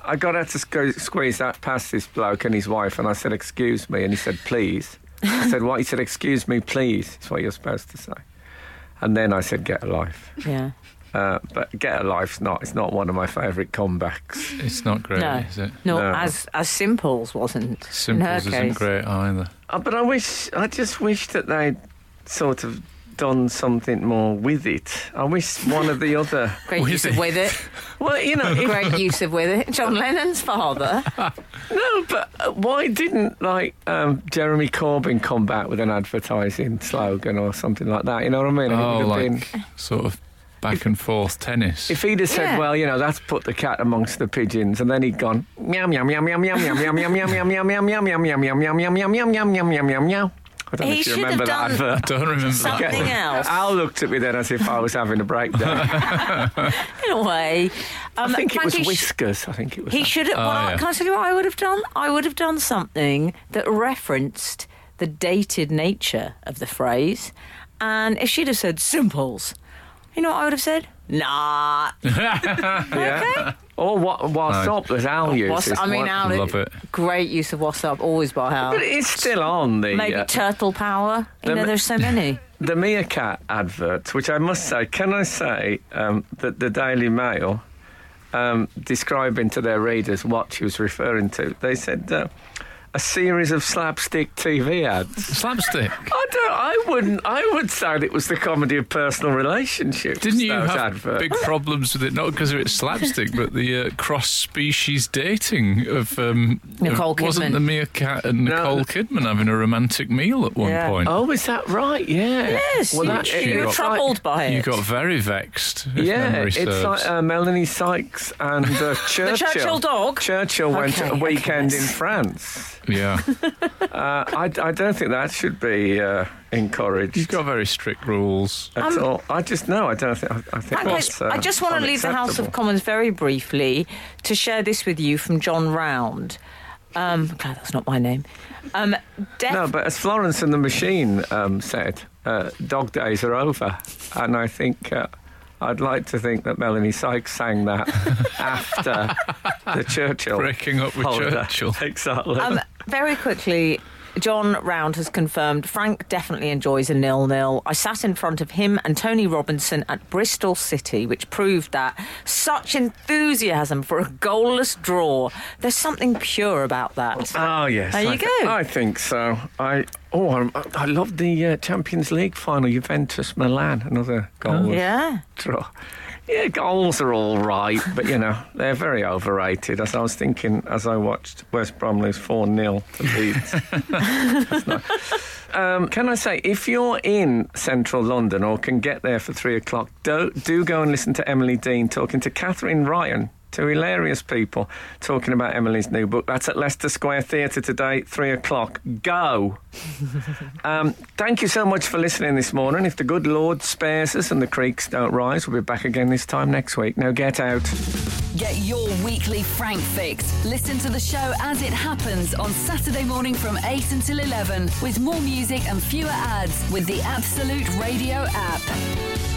I got out to sque- squeeze that past this bloke and his wife, and I said, "Excuse me," and he said, "Please." I said, "What?" He said, "Excuse me, please." It's what you're supposed to say. And then I said, "Get a life," Yeah. uh, but "Get a life's not. It's not one of my favourite comebacks. It's not great, No. is it? No, No. as as Simples wasn't. in her Simples isn't case. great either. Uh, but I wish. I just wish that they sort of done something more with it. I wish one of the other. Great With use it. of with it. Well, you know, if Great use of with it. John Lennon's father. No, but uh, why didn't like um, Jeremy Corbyn come back with an advertising slogan or something like that? You know what I mean? I mean, it Oh, would have like been- sort of back and forth tennis. if he'd have said, Yeah. "Well, you know, that's put the cat amongst the pigeons," and then he'd gone meow meow meow meow meow meow meow meow meow meow meow meow meow meow meow meow meow meow meow meow meow meow meow meow meow. I don't know He if you should have remember that done- advert. Don't remember that. Something else. Al looked at me then as if I was having a breakdown. In a way. Um, I think it was Frankie, sh- whiskers. I think it was. He that. should have. Oh, well, I- yeah. Can I tell you what I would have done? I would have done something that referenced the dated nature of the phrase. And if she'd have said Simples, you know what I would have said? Nah. yeah. Or what? What's No. up? As Al used. What's, this I mean, one. Al, Love it. great use of what's up, always by Al. But it's still on the. Maybe uh, turtle power. You the know, ma- there's so many. the meerkat adverts, which I must say, can I say um, that the Daily Mail, um, describing to their readers what she was referring to, they said uh, a series of slapstick TV ads. Slapstick. I don't. I wouldn't. I would say that it was the comedy of personal relationships. Didn't you those have adverts. big problems with it? Not because of its slapstick, but the uh, cross-species dating of um, Nicole of- Wasn't Kidman. the meerkat and No. Nicole Kidman having a romantic meal at one Yeah. point? Oh, is that right? Yeah. Yes, you- that- you it's were like- troubled by it. You got very vexed. If Yeah, memory it's serves. like uh, Melanie Sykes and uh, Churchill. Churchill dog? Churchill went Okay, to a okay, weekend in yes. France. yeah. Uh, I, I don't think that should be uh, You've encouraged got very strict rules. at all. I just no, I don't think. I, I think Frankly, that's, uh, Um, I just want to leave the House of unacceptable. Commons very briefly to share this with you from John Round. Um, glad that's not my name. Um, death. No, but as Florence and the Machine um, said, uh, dog days are over, and I think. Uh, I'd like to think that Melanie Sykes sang that after the Churchill Breaking up with holiday. Churchill. Exactly. um, very quickly, John Round has confirmed Frank definitely enjoys a nil nil. I sat in front of him and Tony Robinson at Bristol City, which proved that such enthusiasm for a goalless draw. There's something pure about that. Oh yes, There I you thi- go. I think so. I oh, I, I love the uh, Champions League final, Juventus Milan, another goal Oh, Yeah. draw. Yeah, goals are all right, but you know they're very overrated. As I was thinking, as I watched West Brom lose four 0 to Leeds. That's not- um, can I say, if you're in central London or can get there for three o'clock, do, do go and listen to Emily Dean talking to Catherine Ryan. Two hilarious people talking about Emily's new book. That's at Leicester Square Theatre today, three o'clock. Go. um, thank you so much for listening this morning. If the good Lord spares us and the creeks don't rise, we'll be back again this time next week. Now get out. Get your weekly Frank fix. Listen to the show as it happens on Saturday morning from 8 until 11 with more music and fewer ads with the Absolute Radio app.